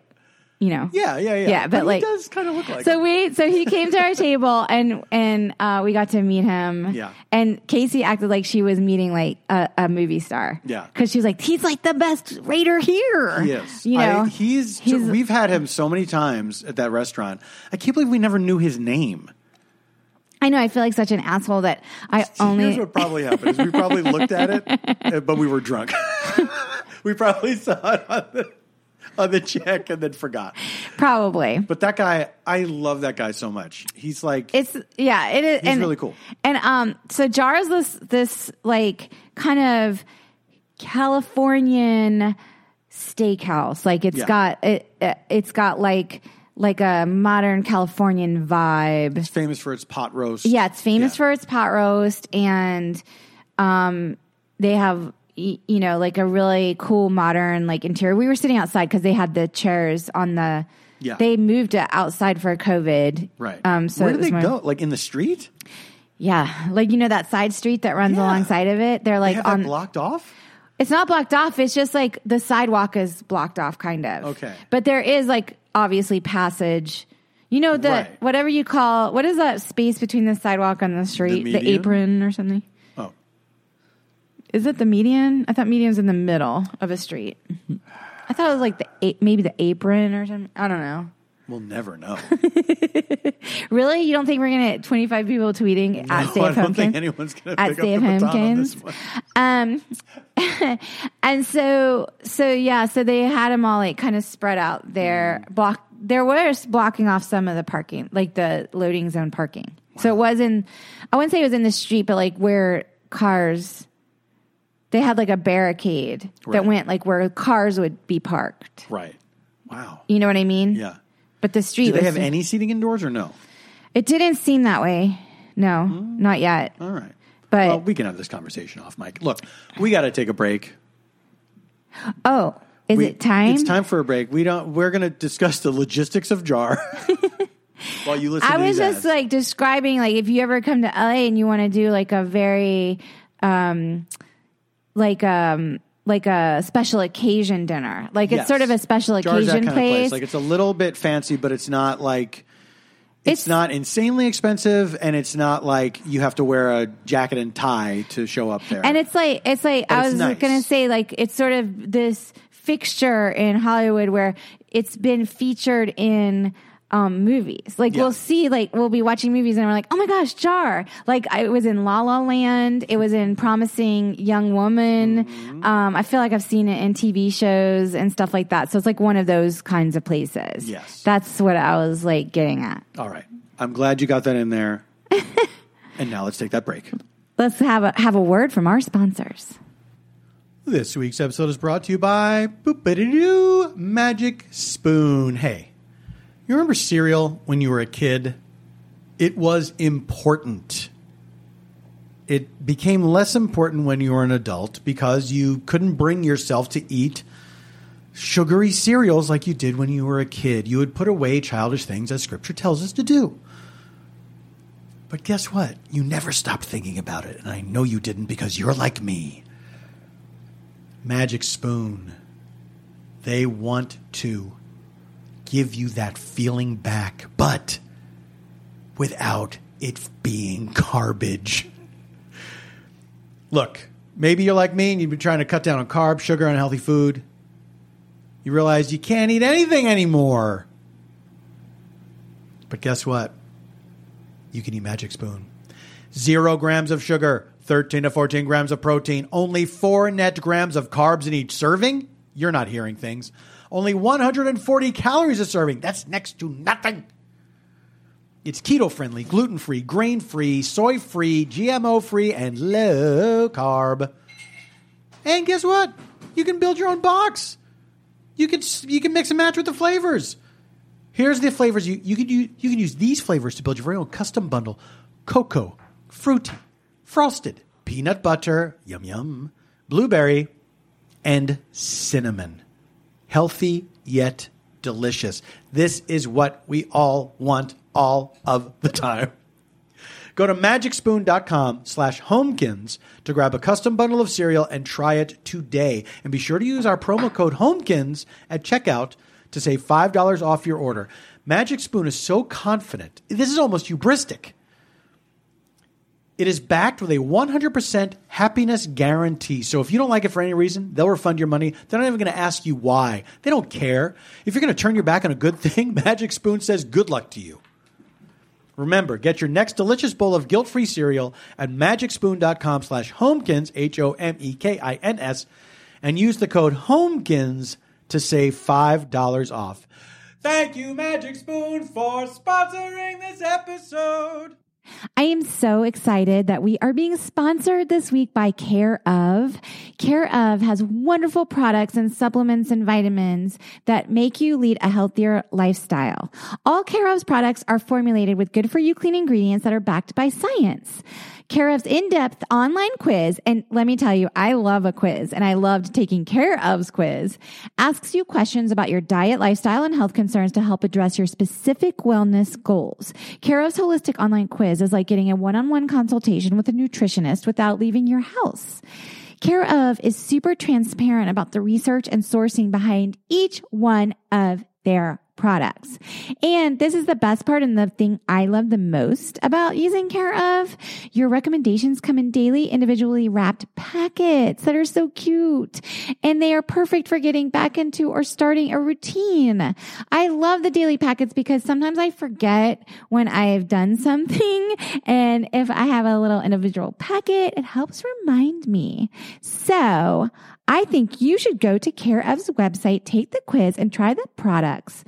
A: you know.
B: yeah, yeah, yeah.
A: Yeah, but
B: he
A: like-
B: does kind of look like.
A: So
B: him.
A: we so he came to our table and and uh, we got to meet him.
B: Yeah.
A: And Casey acted like she was meeting like a, a movie star.
B: Yeah.
A: Because she was like, he's like the best raider here.
B: Yes,
A: You know.
B: I, he's,
A: he's-
B: We've had him so many times at that restaurant. I can't believe we never knew his name.
A: I know. I feel like such an asshole that I
B: Here's
A: only.
B: what probably happened: is we probably looked at it, uh, but we were drunk. we probably saw it on the on the check and then forgot.
A: Probably.
B: But that guy, I love that guy so much. He's like,
A: It's yeah, it is. and,
B: really cool.
A: And um, so Jar is this this like kind of Californian steakhouse. Like it's
B: Yeah.
A: got it, it it's got like like a modern Californian vibe.
B: it's famous for its pot roast.
A: Yeah, it's famous
B: Yeah.
A: for its pot roast, and um, they have y- you know like a really cool modern like interior. We were sitting outside because they had the chairs on the.
B: Yeah.
A: they moved it outside for COVID.
B: Right.
A: Um. So
B: where
A: it
B: do
A: was
B: they
A: more-
B: go? Like in the street?
A: Yeah, like you know that side street that runs
B: Yeah.
A: alongside of it. They're
B: They
A: like
B: have
A: on.
B: that blocked off.
A: It's not blocked off. It's just like the sidewalk is blocked off, kind of.
B: Okay.
A: But there is like obviously passage. You know the
B: Right.
A: whatever you call what is that space between the sidewalk and the street, the,
B: median?
A: apron or something.
B: Oh,
A: Is it the median? I thought median's in the middle of a street.
B: Mm-hmm.
A: I thought it was like the a- maybe the apron or something. I don't know.
B: we'll never know.
A: Really, you don't think we're gonna get twenty five people tweeting at Stay
B: I
A: at
B: don't
A: Home
B: think
A: Kid?
B: anyone's going to
A: At
B: pick
A: Stay
B: up
A: at
B: the
A: Home
B: baton on this
A: Kids.
B: one.
A: Um, and so, so yeah, so they had them all like kind of spread out there.
B: Mm.
A: Block there was blocking off some of the parking, like the loading zone parking. So it was in, I wouldn't say it was in the street, but like where cars, they had like a barricade that
B: Right.
A: went like where cars would be parked.
B: Right. Wow.
A: You know what I mean?
B: Yeah.
A: But the street
B: Do they
A: was
B: have any seating indoors or no?
A: It didn't seem that way. No, not yet.
B: All right.
A: But
B: Well, Hmm. we can have this conversation off mic. Look, we got to take a break.
A: oh, is
B: We-
A: it time?
B: It's time for a break. We don't. We're going to discuss the logistics of Jar while you listen.
A: I
B: to
A: was
B: these
A: just
B: ads.
A: like describing like if you ever come to LA and you want to do like a very um like um like a special occasion dinner. Like it's
B: Yes.
A: sort of a special
B: Jar's that
A: occasion
B: kind of
A: place.
B: Like it's a little bit fancy, but it's not like it's,
A: It's-
B: not insanely expensive, and it's not like you have to wear a jacket and tie to show up there.
A: and it's like it's like
B: But
A: I
B: it's
A: was
B: nice.
A: gonna say like it's sort of this fixture in Hollywood where it's been featured in um, movies. Like
B: Yeah.
A: we'll see, like we'll be watching movies and we're like, oh my gosh, Jar! Like I, it was in La La Land, it was in Promising Young Woman.
B: Mm-hmm.
A: Um, I feel like I've seen it in TV shows and stuff like that. So it's like one of those kinds of places.
B: Yes.
A: that's what I was like getting at.
B: All right, I'm glad you got that in there. and now let's take that break.
A: Let's have a have a word from our sponsors.
B: This week's episode is brought to you by Boop Magic Spoon. Hey, you remember cereal when you were a kid? It was important. It became less important when you were an adult because you couldn't bring yourself to eat sugary cereals like you did when you were a kid. You would put away childish things as scripture tells us to do. But guess what? You never stopped thinking about it, and I know you didn't because you're like me. Magic Spoon. They want to give you that feeling back, but without it being garbage. Look, maybe you're like me and you've been trying to cut down on carbs, sugar, unhealthy food. You realize you can't eat anything anymore. But guess what? You can eat Magic Spoon. Zero grams of sugar, 13 to 14 grams of protein, only four net grams of carbs in each serving. You're not hearing things. Only 140 calories a serving. That's next to nothing. It's keto friendly, gluten free, grain free, soy free, GMO free, and low carb. And guess what? You can build your own box. You can you can mix and match with the flavors. Here's the flavors you you can use, you can use these flavors to build your very own custom bundle: cocoa, fruity, frosted, peanut butter, yum yum, blueberry, and cinnamon. Healthy yet delicious. This is what we all want all of the time. Go to magicspoon.com slash homekins to grab a custom bundle of cereal and try it today. And be sure to use our promo code homekins at checkout to save $5 off your order. Magic Spoon is so confident. This is almost hubristic. It is backed with a 100% happiness guarantee. So if you don't like it for any reason, they'll refund your money. They're not even going to ask you why. They don't care. If you're going to turn your back on a good thing, Magic Spoon says good luck to you. Remember, get your next delicious bowl of guilt-free cereal at magicspoon.com slash homekins, E H-O-M-E-K-I-N-S, and use the code HOMEKINS to save $5 off. Thank you, Magic Spoon, for sponsoring this episode.
A: I am so excited that we are being sponsored this week by Care of. Care of has wonderful products and supplements and vitamins that make you lead a healthier lifestyle. All Care of's products are formulated with good for you clean ingredients that are backed by science. Care of's in-depth online quiz, and let me tell you, I love a quiz and I loved taking Care of's quiz, asks you questions about your diet, lifestyle, and health concerns to help address your specific wellness goals. Care of's holistic online quiz is like getting a one-on-one consultation with a nutritionist without leaving your house. Care of is super transparent about the research and sourcing behind each one of their products. And this is the best part and the thing I love the most about using Care of. Your recommendations come in daily individually wrapped packets that are so cute and they are perfect for getting back into or starting a routine. I love the daily packets because sometimes I forget when I've done something and if I have a little individual packet, it helps remind me. So I think you should go to Care of's website, take the quiz, and try the products.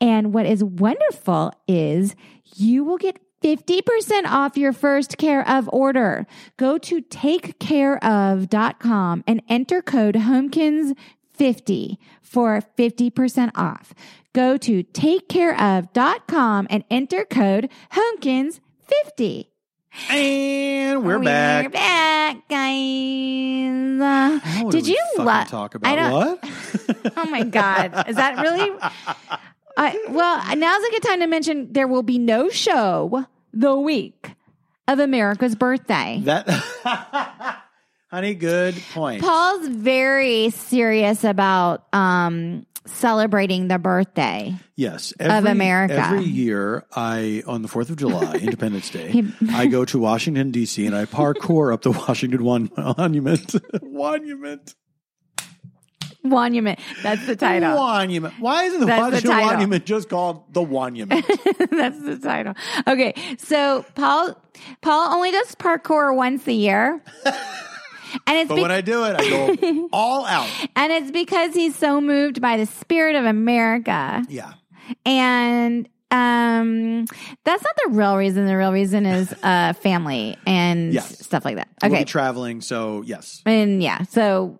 A: And what is wonderful is you will get 50% off your first Care of order. Go to takecareof.com and enter code HOMEKINS50 50 for 50% off. Go to takecareof.com and enter code HOMKINS50.
B: And we're back.
A: Oh, back, guys.
B: I don't wanna
A: Did
B: really
A: you
B: fucking
A: lo-
B: talk
A: I
B: about
A: don't-
B: what?
A: Oh my God. Is that really? I, well, now's a good time to mention there will be no show the week of America's birthday.
B: that honey, good point.
A: Paul's very serious about um, celebrating the birthday.
B: Yes,
A: America.
B: Every year, I on the Fourth of July, Independence Day,
A: He-
B: I go to Washington D.C. and I parkour up the Washington One Monument. Monument.
A: Monument. That's the title.
B: Monument. Why isn't the
A: That's the
B: Washington
A: title.
B: Monument just called the Monument?
A: That's the title. Okay, so Paul Paul only does parkour once a year, and it's
B: but
A: bec-
B: when I do it, I go all out.
A: and it's because he's so moved by the spirit of America,
B: Yeah.
A: and um, that's not the real reason. The real reason is uh, family and
B: Yes.
A: stuff like that.
B: We'll
A: Okay,
B: be traveling, so yes.
A: and yeah, so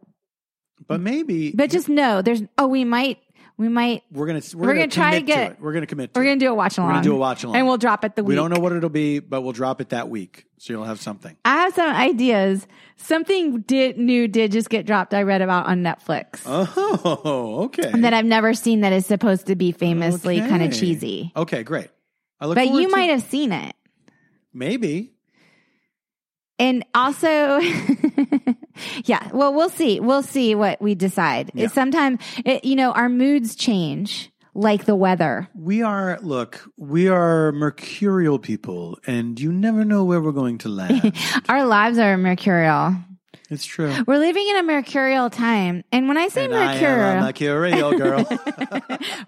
B: But maybe
A: but just know there's oh we might we might
B: we're gonna we're,
A: we're
B: gonna,
A: gonna try to
B: commit
A: get-
B: it. We're gonna commit. To
A: we're
B: it.
A: gonna do a watch along.
B: We're gonna do a watch along.
A: and we'll drop it the
B: we
A: week.
B: don't know what it'll be, but we'll drop it that week, so you'll have something.
A: I have some ideas. Something did new did just get dropped. I read about on Netflix
B: Oh, okay.
A: that I've never seen that is supposed to be famously kind of
B: Okay.
A: cheesy.
B: Okay, great. I look
A: But
B: forward
A: you
B: to-
A: might have seen it.
B: maybe.
A: And also, yeah, well, we'll see. We'll see what we decide.
B: Yeah.
A: Sometimes, it, you know, our moods change like the weather.
B: We are look, we are mercurial people and you never know where we're going to land.
A: Our lives are mercurial.
B: it's true.
A: We're living in a mercurial time. And when I say
B: And I
A: mercurial,
B: am a mercurial girl.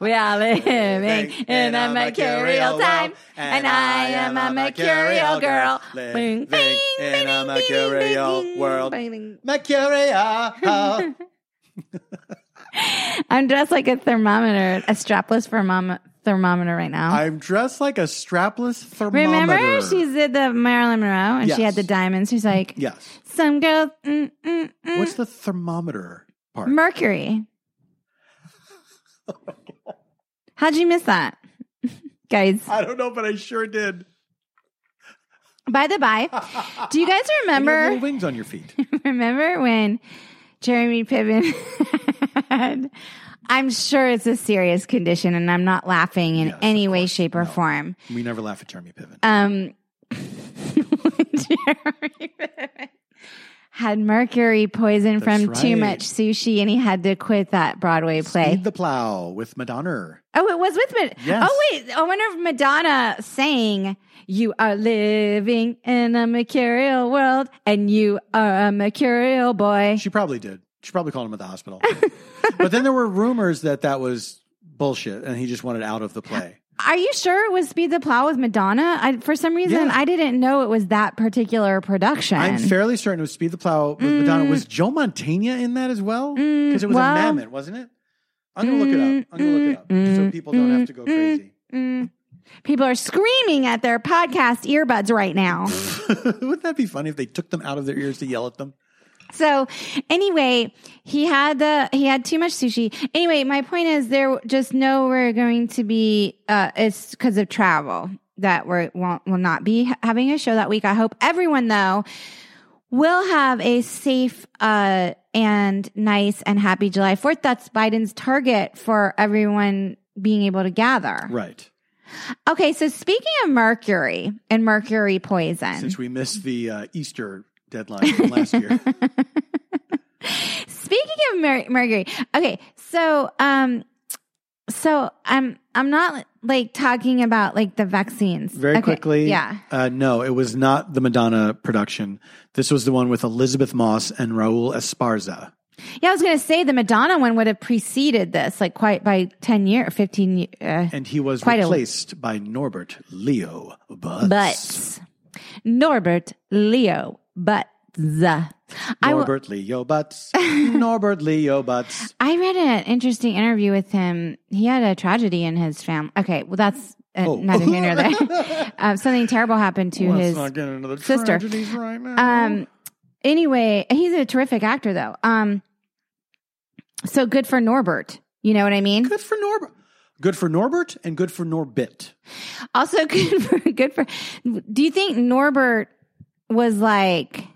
A: We are living in a mercurial time, and I am a mercurial girl. Bing, bing,
B: in a
A: bing, bing,
B: mercurial
A: bing,
B: world.
A: bing.
B: Mercurial.
A: I'm dressed like a thermometer, a strapless thermom- thermometer right now.
B: I'm dressed like a strapless thermometer.
A: Remember, she did the Marilyn Monroe, and she had
B: Yes.
A: the diamonds. She's like,
B: Yes.
A: some girl, mm, mm, mm.
B: What's the thermometer part?
A: Mercury. How'd you miss that, guys?
B: I don't know, but I sure did.
A: By the by, do you guys
B: And you have
A: remember?
B: little wings on your feet.
A: Remember when Jeremy Piven had, I'm sure it's a serious condition and I'm not laughing in
B: Yes, of
A: any way,
B: course.
A: shape, or
B: No.
A: form.
B: We never laugh at Jeremy Piven.
A: Um, Jeremy Piven had mercury poison
B: That's
A: from too
B: right.
A: much sushi and he had to quit that Broadway play.
B: Speed the plow with Madonna.
A: oh, it was with Madonna.
B: Yes.
A: Oh, wait. I wonder if Madonna sang. You are living in a mercurial world and you are a mercurial boy.
B: She probably did. She probably called him at the hospital. but then there were rumors that that was bullshit, and he just wanted out of the play.
A: Are you sure it was Speed the Plow with Madonna? I, for some reason,
B: Yeah.
A: I didn't know it was that particular production.
B: I'm fairly certain it was Speed the Plow with Madonna. Was Joe Montana in that as well?
A: Mm,
B: Because it was
A: well-
B: a mammoth, wasn't it? I'm gonna look it up. I'm gonna look it up
A: Mm,
B: so people don't have to go
A: mm,
B: crazy.
A: Mm. People are screaming at their podcast earbuds right now. mm,
B: Wouldn't that be funny if they took them out of their ears to yell at them?
A: so, anyway, he had the he had too much sushi. Anyway, my point is there just know we're going to be uh it's because of travel that we won't will not be ha- having a show that week. I hope everyone though will have a safe uh and nice and happy July 4th. That's Biden's target for everyone being able to gather.
B: Right.
A: Okay, so speaking of mercury and mercury poison,
B: Since we missed the uh, Easter deadline from last year.
A: speaking of mer- mercury, okay, so um, so I'm I'm not like talking about like the vaccines
B: Very
A: Okay,
B: quickly.
A: yeah.
B: Uh, no, it was not the Madonna production. This was the one with Elizabeth Moss and Raul Esparza.
A: Yeah, I was going to say the Madonna one would have preceded this, like quite by 10 year, 15 year, uh,
B: And he was
A: Quite a-
B: replaced by Norbert Leo Butz.
A: but Norbert Leo, but the. I, w-
B: Norbert Leo Butz. Norbert Leo Butz.
A: I read an interesting interview with him. He had a tragedy in his family. Okay, well, that's uh,
B: Oh.
A: neither here nor there. um, something terrible happened to
B: Let's
A: his
B: not get into the
A: sister.
B: tragedies right now.
A: um anyway he's a terrific actor though um So good for Norbert. You know what I mean?
B: Good for Norbert. Good for Norbert and good for Norbit.
A: Also good for good for. Do you think Norbert was like,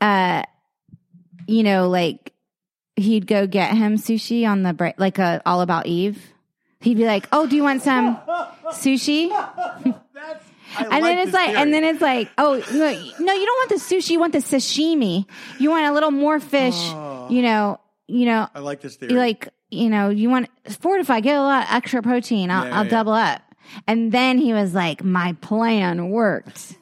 A: uh, you know, like he'd go get him sushi on the break, like a All About Eve. He'd be like, "Oh, do you want some sushi?"
B: That's,
A: and then it's like, and then it's like, oh no, you don't want the sushi. You want the sashimi. You want a little more fish.
B: Oh.
A: You know, you know,
B: I like this theory.
A: you like, you know, you want fortified. Get a lot of extra protein. I'll,
B: Yeah, yeah,
A: I'll
B: yeah.
A: double up. And then he was like, my plan worked.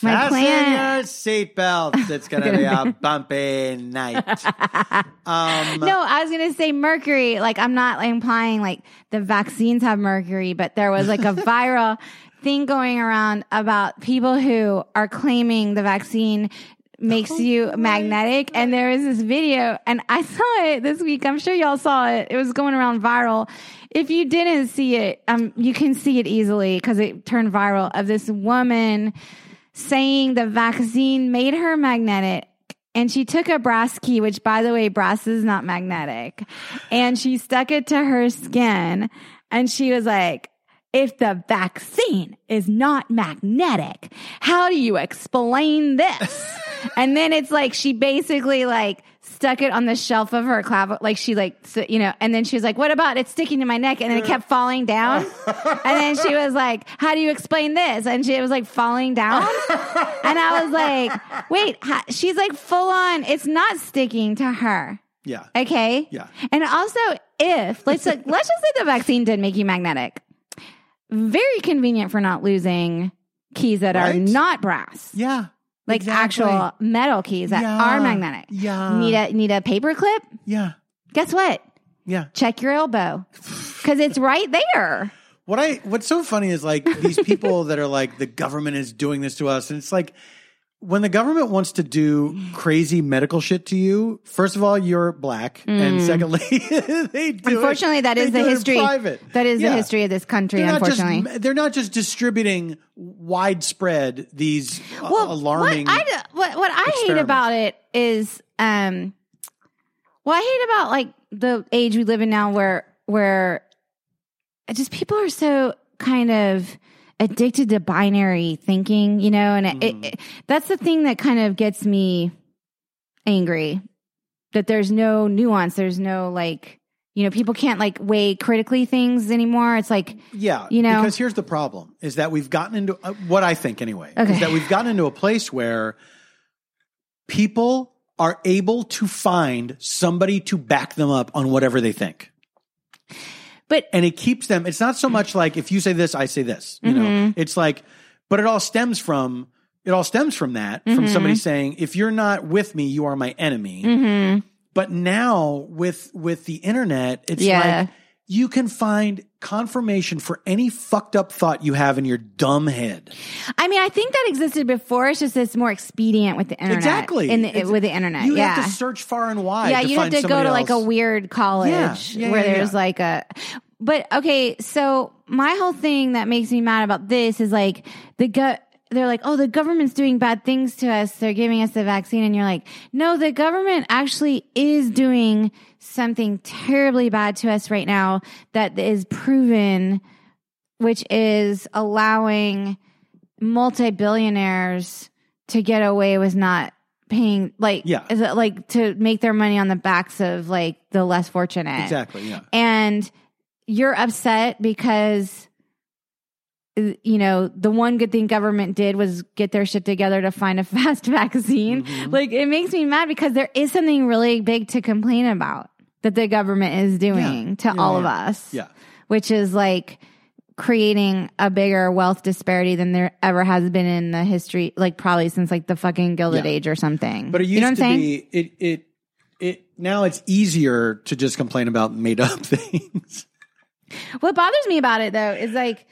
A: my
B: Fasten
A: plan-
B: your seatbelts. It's gonna be a bumpy night. Um,
A: No, I was gonna say mercury. Like I'm not implying like the vaccines have mercury, but there was like a viral thing going around about people who are claiming the vaccine makes you magnetic. And there was this video, and I saw it this week. I'm sure y'all saw it. It was going around viral. If you didn't see it, um, you can see it easily because it turned viral of this woman saying the vaccine made her magnetic and she took a brass key, which by the way, brass is not magnetic, and she stuck it to her skin. And she was like, if the vaccine is not magnetic, how do you explain this? and then it's like she basically like stuck it on the shelf of her clav, like she like s- you know. And then she was like, "What about it sticking to my neck?" And then it kept falling down. and then she was like, "How do you explain this?" And she it was like falling down. and I was like, "Wait, ha-? she's like full on. It's not sticking to her."
B: yeah,
A: Okay.
B: Yeah.
A: And also, if let's like, let's just say the vaccine did make you magnetic. Very convenient for not losing keys that are
B: Right?
A: not brass,
B: yeah,
A: like
B: exactly.
A: actual metal keys that
B: Yeah.
A: are magnetic.
B: Yeah.
A: Need a need a paper clip?
B: yeah,
A: Guess what?
B: yeah.
A: Check your elbow because it's right there.
B: What I what's so funny is like these people that are like the government is doing this to us, and it's like when the government wants to do crazy medical shit to you. First of all, you're black, and secondly, they do.
A: Mm. Unfortunately,
B: it,
A: that is the
B: they do it in
A: history.
B: private.
A: That is
B: Yeah.
A: the history of this country.
B: They're not
A: unfortunately,
B: just they're not just distributing widespread these uh, alarming.
A: What I, d- what, what I hate
B: experiments.
A: about it is, um, what I hate about like the age we live in now, where where it just people are so kind of addicted to binary thinking, you know, and it,
B: Mhm.
A: it, it, that's the thing that kind of gets me angry. That there's no nuance. There's no like, you know, people can't like weigh critically things anymore. It's like,
B: Yeah,
A: You know?
B: because here's the problem: is that we've gotten into uh, what I think anyway
A: Okay.
B: is that we've gotten into a place where people are able to find somebody to back them up on whatever they think,
A: but
B: and it keeps them. It's not so much like if you say this, I say this. You
A: Mm-hmm.
B: know, it's like, but it all stems from it all stems from that
A: Mm-hmm.
B: from somebody saying, if you're not with me, you are my enemy.
A: Mm-hmm.
B: But now with with the internet, it's
A: Yeah.
B: like you can find confirmation for any fucked up thought you have in your dumb head.
A: I mean, I think that existed before. It's just it's more expedient with the internet.
B: Exactly.
A: In the,
B: It's-
A: with the internet,
B: You
A: yeah.
B: have to search far and wide.
A: yeah,
B: to
A: you have
B: find
A: to go
B: somebody
A: to like a
B: else.
A: weird college
B: Yeah, yeah,
A: where
B: yeah,
A: there's
B: yeah.
A: like a. But okay, so my whole thing that makes me mad about this is like the gut. They're like, oh, the government's doing bad things to us. They're giving us the vaccine. And you're like, no, the government actually is doing something terribly bad to us right now that is proven, which is allowing multi-billionaires to get away with not paying like
B: Yeah.
A: is it like to make their money on the backs of like the less fortunate
B: exactly. Yeah,
A: and you're upset because uh, you know the one good thing government did was get their shit together to find a fast vaccine
B: Mm-hmm.
A: like it makes me mad because there is something really big to complain about that the government is doing to
B: Yeah,
A: all of
B: yeah.
A: us
B: yeah.
A: which is like creating a bigger wealth disparity than there ever has been in the history, like probably since like the fucking Gilded
B: Yeah.
A: Age or something.
B: But it used
A: you know what
B: to
A: I'm saying?
B: be it it it now it's easier to just complain about made up things.
A: What bothers me about it though is like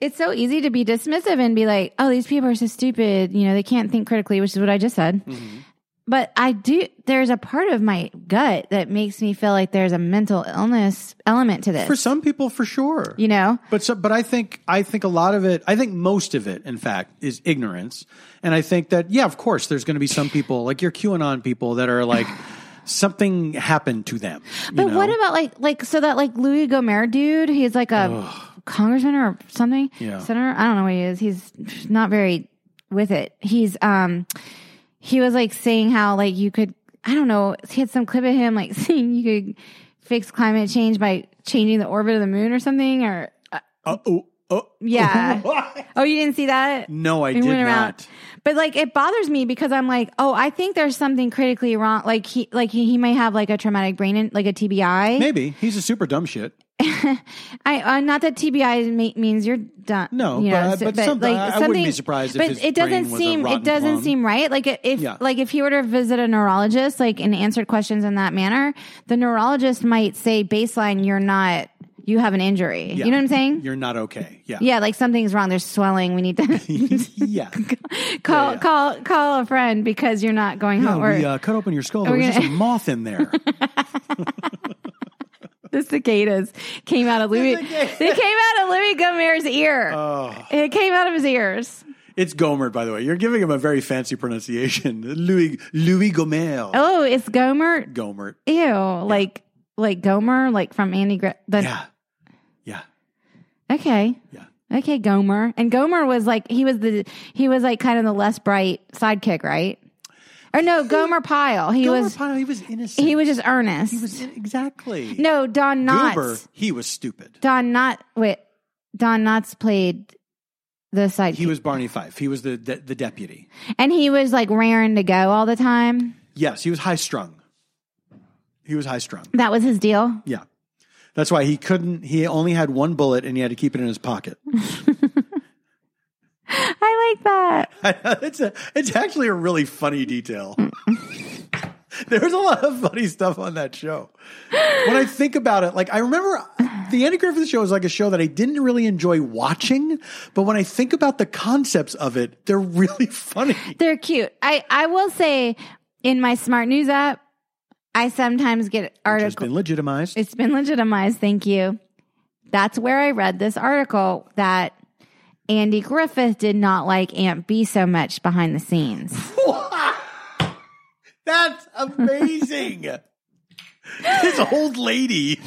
A: it's so easy to be dismissive and be like, "Oh, these people are so stupid. You know, they can't think critically," which is what I just said.
B: Mm-hmm.
A: But I do. There's a part of my gut that makes me feel like there's a mental illness element to this.
B: For some people, for sure.
A: you know,
B: But so, but I think I think a lot of it. I think most of it, in fact, is ignorance. And I think that yeah, of course, there's going to be some people like your QAnon people that are like something happened to them. you
A: But
B: know?
A: what about like like so that like Louis Gomer dude? He's like a congressman or something.
B: Yeah.
A: Senator. I don't know what he is. He's not very with it. He's um he was like saying how like you could I don't know, he had some clip of him like saying you could fix climate change by changing the orbit of the moon or something or uh,
B: Oh, oh, oh.
A: yeah.
B: What?
A: oh, you didn't see that?
B: No, I
A: He
B: did
A: went around.
B: not.
A: But like it bothers me because I'm like, oh, I think there's something critically wrong. Like he like he, he may have like a traumatic brain in, like a TBI.
B: Maybe he's a super dumb shit.
A: I uh, not that TBI ma- means you're done.
B: No,
A: you
B: but,
A: know,
B: I-
A: so-
B: but, something, I I wouldn't be surprised. if
A: But
B: his
A: it doesn't
B: brain was a
A: seem it
B: rotten
A: doesn't
B: plum.
A: seem right. Like it- if
B: Yeah.
A: like if he were to visit a neurologist, like and answered questions in that manner, the neurologist might say baseline, you're not, you have an injury.
B: Yeah.
A: You know what I'm saying?
B: You're not okay. Yeah.
A: yeah, like something's wrong. There's swelling. We need to
B: yeah.
A: call
B: yeah.
A: call call a friend because you're not going
B: Yeah,
A: home. Or
B: we uh, cut open your skull. There
A: we're
B: was
A: gonna-
B: just a moth in there.
A: the cicadas came out of Louis.
B: cicadas.
A: they came out of Louis Gomer's ear.
B: Oh.
A: It came out of his ears.
B: It's Gomer, by the way. You're giving him a very fancy pronunciation. Louis Louis Gomer.
A: Oh, it's Gomer.
B: Gomer.
A: Ew, like like Gomer, like from Andy. Gre- the,
B: Yeah. Yeah.
A: Okay.
B: Yeah.
A: Okay, Gomer. And Gomer was like he was the he was like kind of the less bright sidekick, right? Or no, Gomer Pyle. He
B: Gomer
A: was
B: Pyle, he was innocent.
A: he was just earnest.
B: He was- exactly.
A: no, Don Knotts.
B: Goober, he was stupid.
A: Don Knott. Wait, Don Knotts played the sidekick,
B: He was Barney Fife. He was the de- the deputy.
A: and he was like raring to go all the time.
B: Yes, he was high strung. He was high strung.
A: That was his deal.
B: Yeah. That's why he couldn't he only had one bullet and he had to keep it in his pocket.
A: I like that.
B: it's a, it's actually a really funny detail. There's a lot of funny stuff on that show. When I think about it, like I remember the Andy Griffith Show is like a show that I didn't really enjoy watching, but when I think about the concepts of it, they're really funny.
A: They're cute. I I will say in my smart news app, I sometimes get
B: Which has
A: articles.
B: been legitimized.
A: It's been legitimized. Thank you. That's where I read this article that Andy Griffith did not like Aunt B so much behind the scenes.
B: That's amazing. this old lady.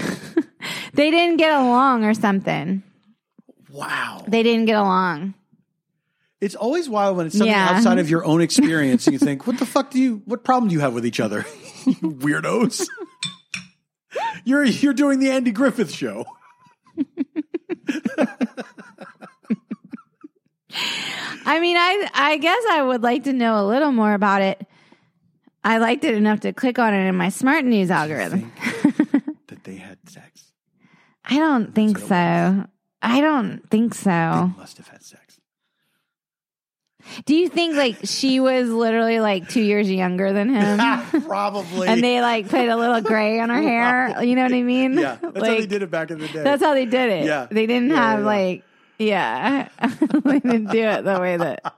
A: They didn't get along or something.
B: Wow.
A: They didn't get along.
B: It's always wild when it's something
A: Yeah.
B: outside of your own experience and you think, what the fuck do you, what problem do you have with each other? you weirdos. you're, you're doing the Andy Griffith show.
A: I mean, I I guess I would like to know a little more about it. I liked it enough to click on it in my smart news algorithm.
B: That they had sex.
A: I don't think
B: That's
A: so.
B: what it
A: I don't think so.
B: They must have had sex.
A: Do you think like she was literally like two years younger than him?
B: Probably.
A: and they like put a little gray on her hair. You know what I mean?
B: yeah. That's how they
A: Like,
B: did it back in the day.
A: That's how they did it.
B: Yeah.
A: They didn't
B: Yeah,
A: have
B: yeah.
A: like, yeah, they didn't do it the way that.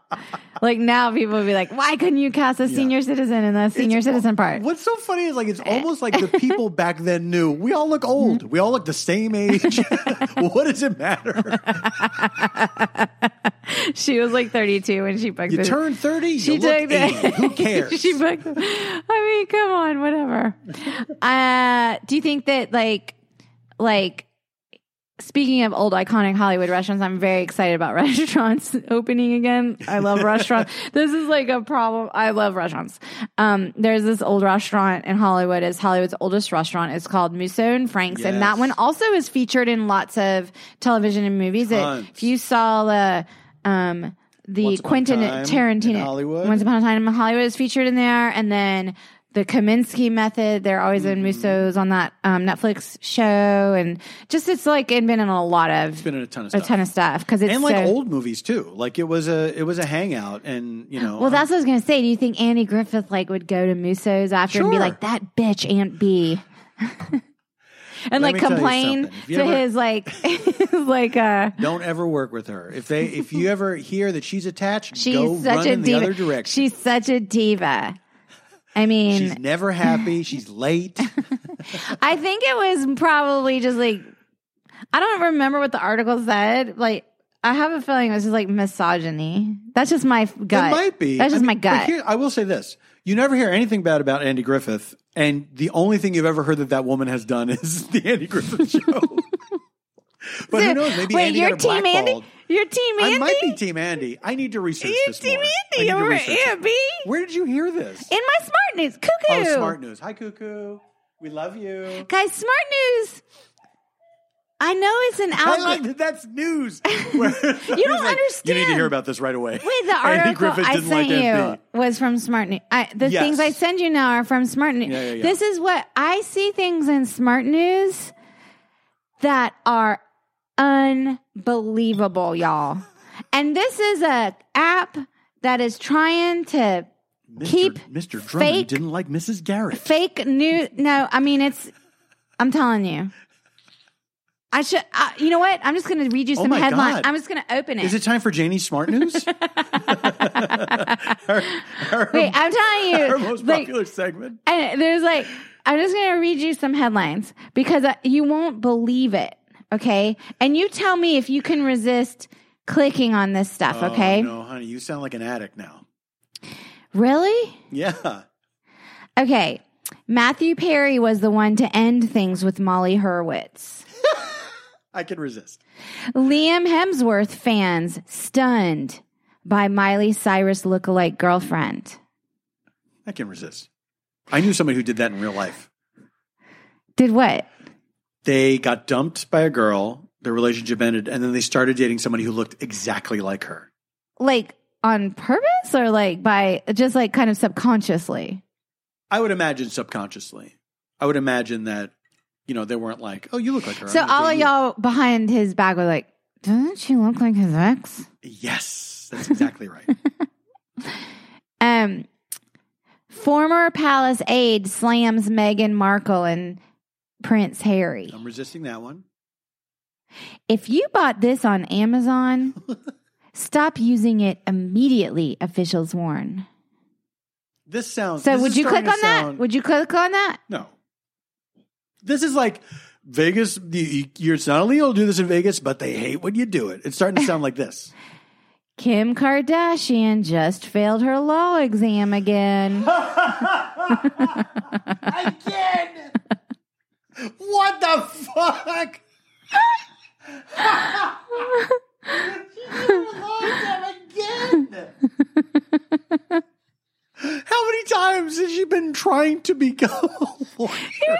A: Like now, people would be like, "Why couldn't you cast a senior citizen in the senior
B: It's-
A: citizen part?"
B: What's so funny is like it's almost like the people back then knew we all look old. We all look the same age. what does it matter?
A: She was like 32 when she booked
B: You
A: it.
B: turn 30,
A: she
B: you look
A: took the-
B: 80. Who cares?
A: she booked. I mean, come on, whatever. Uh, do you think that like, like, speaking of old iconic Hollywood restaurants, I'm very excited about restaurants opening again. I love restaurants. this is like a problem. I love restaurants. Um, there's this old restaurant in Hollywood. It's Hollywood's oldest restaurant. It's called Musso and Frank's, and that
B: Yes.
A: one also is featured in lots of television and movies. It-
B: Tons.
A: if you saw the um, the
B: Once Upon a
A: Quentin
B: Time in
A: Tarantino
B: Hollywood.
A: Once Upon a Time in Hollywood is featured in there, and then the Kaminsky Method. They're always
B: Mm-hmm.
A: in Musso's on that um, Netflix show, and just it's like it's been in a lot of
B: been in a ton of
A: a
B: stuff.
A: ton of stuff because it's
B: and like
A: so-
B: old movies too. Like it was a it was a hangout, and you know,
A: Well, that's what I was gonna say. Do you think Annie Griffith like would go to Musso's after and be
B: Sure.
A: like that bitch Aunt B, and
B: Let
A: like
B: me tell you
A: complain
B: something. If
A: to
B: you ever-
A: his like his, like uh
B: don't ever work with her. If they if you ever hear that she's attached,
A: she's
B: go
A: such
B: run
A: a
B: in the
A: diva.
B: other direction.
A: She's such a diva. I mean,
B: she's never happy. She's late.
A: I think it was probably just like I don't remember what the article said. Like I have a feeling this is like misogyny. That's just my f-
B: It
A: gut.
B: might be.
A: That's just
B: I
A: my
B: mean, but
A: gut.
B: here- I will say this: you never hear anything bad about Andy Griffith, and the only thing you've ever heard that that woman has done is the Andy Griffith Show. but who
A: So-
B: knows? Maybe
A: wait,
B: Andy
A: you're
B: got
A: team
B: blackballed.
A: Andy. You're team Andy.
B: I might be Team Andy. I need to research
A: You're
B: this
A: team
B: more. I
A: Andy
B: need to
A: over
B: research it.
A: Andy.
B: Where did you hear this?
A: In my smart news, cuckoo.
B: Oh, smart news. Hi, Cuckoo. We love you.
A: Guys, smart news. I know it's an
B: I
A: algorithm.
B: like that that's news. Where- it's
A: don't
B: You need to
A: understand.
B: hear about this right away.
A: Wait, the
B: Andy
A: article
B: Griffith
A: I
B: didn't
A: sent
B: like MP.
A: you was from Smart News. I, the
B: Yes.
A: things I send you now are from Smart News.
B: Yeah, yeah, yeah.
A: This is what I see things in Smart News that are unbelievable, y'all. And this is a app that is trying to
B: Mr.
A: Keep
B: Mr. Drummond
A: fake-
B: didn't like Mrs. Garrett.
A: fake news. No, I mean it's. I'm telling you. I should. I, you know what? I'm just going to read you
B: Oh
A: some
B: my
A: headlines.
B: God.
A: I'm just going to open
B: Is it time for Janie's smart news? Her- her-
A: Wait, I'm telling you.
B: her most
A: like,
B: popular segment.
A: And there's like, I'm just going to read you some headlines because uh, you won't believe it. Okay. And you tell me if you can resist clicking on this stuff. Okay.
B: Oh, no, honey, you sound like an addict now.
A: Really?
B: Yeah.
A: Okay. Matthew Perry was the one to end things with Molly Hurwitz.
B: I can resist.
A: Liam Hemsworth fans stunned by Miley Cyrus lookalike girlfriend.
B: I can resist. I knew somebody who did that in real life.
A: Did what?
B: They got dumped by a girl, their relationship ended, and then they started dating somebody who looked exactly like her.
A: Like on purpose or like by just like kind of subconsciously?
B: I would imagine subconsciously. I would imagine that, you know, they weren't like, oh, you look like her.
A: So
B: I'm gonna
A: all of
B: date you."
A: y'all behind his back were like, doesn't she look like his ex?
B: Yes, that's exactly right.
A: Um, former palace aide slams Meghan Markle and Prince Harry.
B: I'm resisting that one.
A: If you bought this on Amazon, stop using it immediately. Officials warn.
B: This sounds.
A: So
B: this
A: would
B: is
A: you click
B: starting
A: on
B: to
A: that?
B: sound-
A: Would you click on that?
B: No. This is like Vegas. you- you- You're, it's not illegal to do this in Vegas, but they hate when you do it. It's starting to sound like this.
A: Kim Kardashian just failed her law exam again.
B: Again! What the fuck? again! How many times has she been trying to become a lawyer?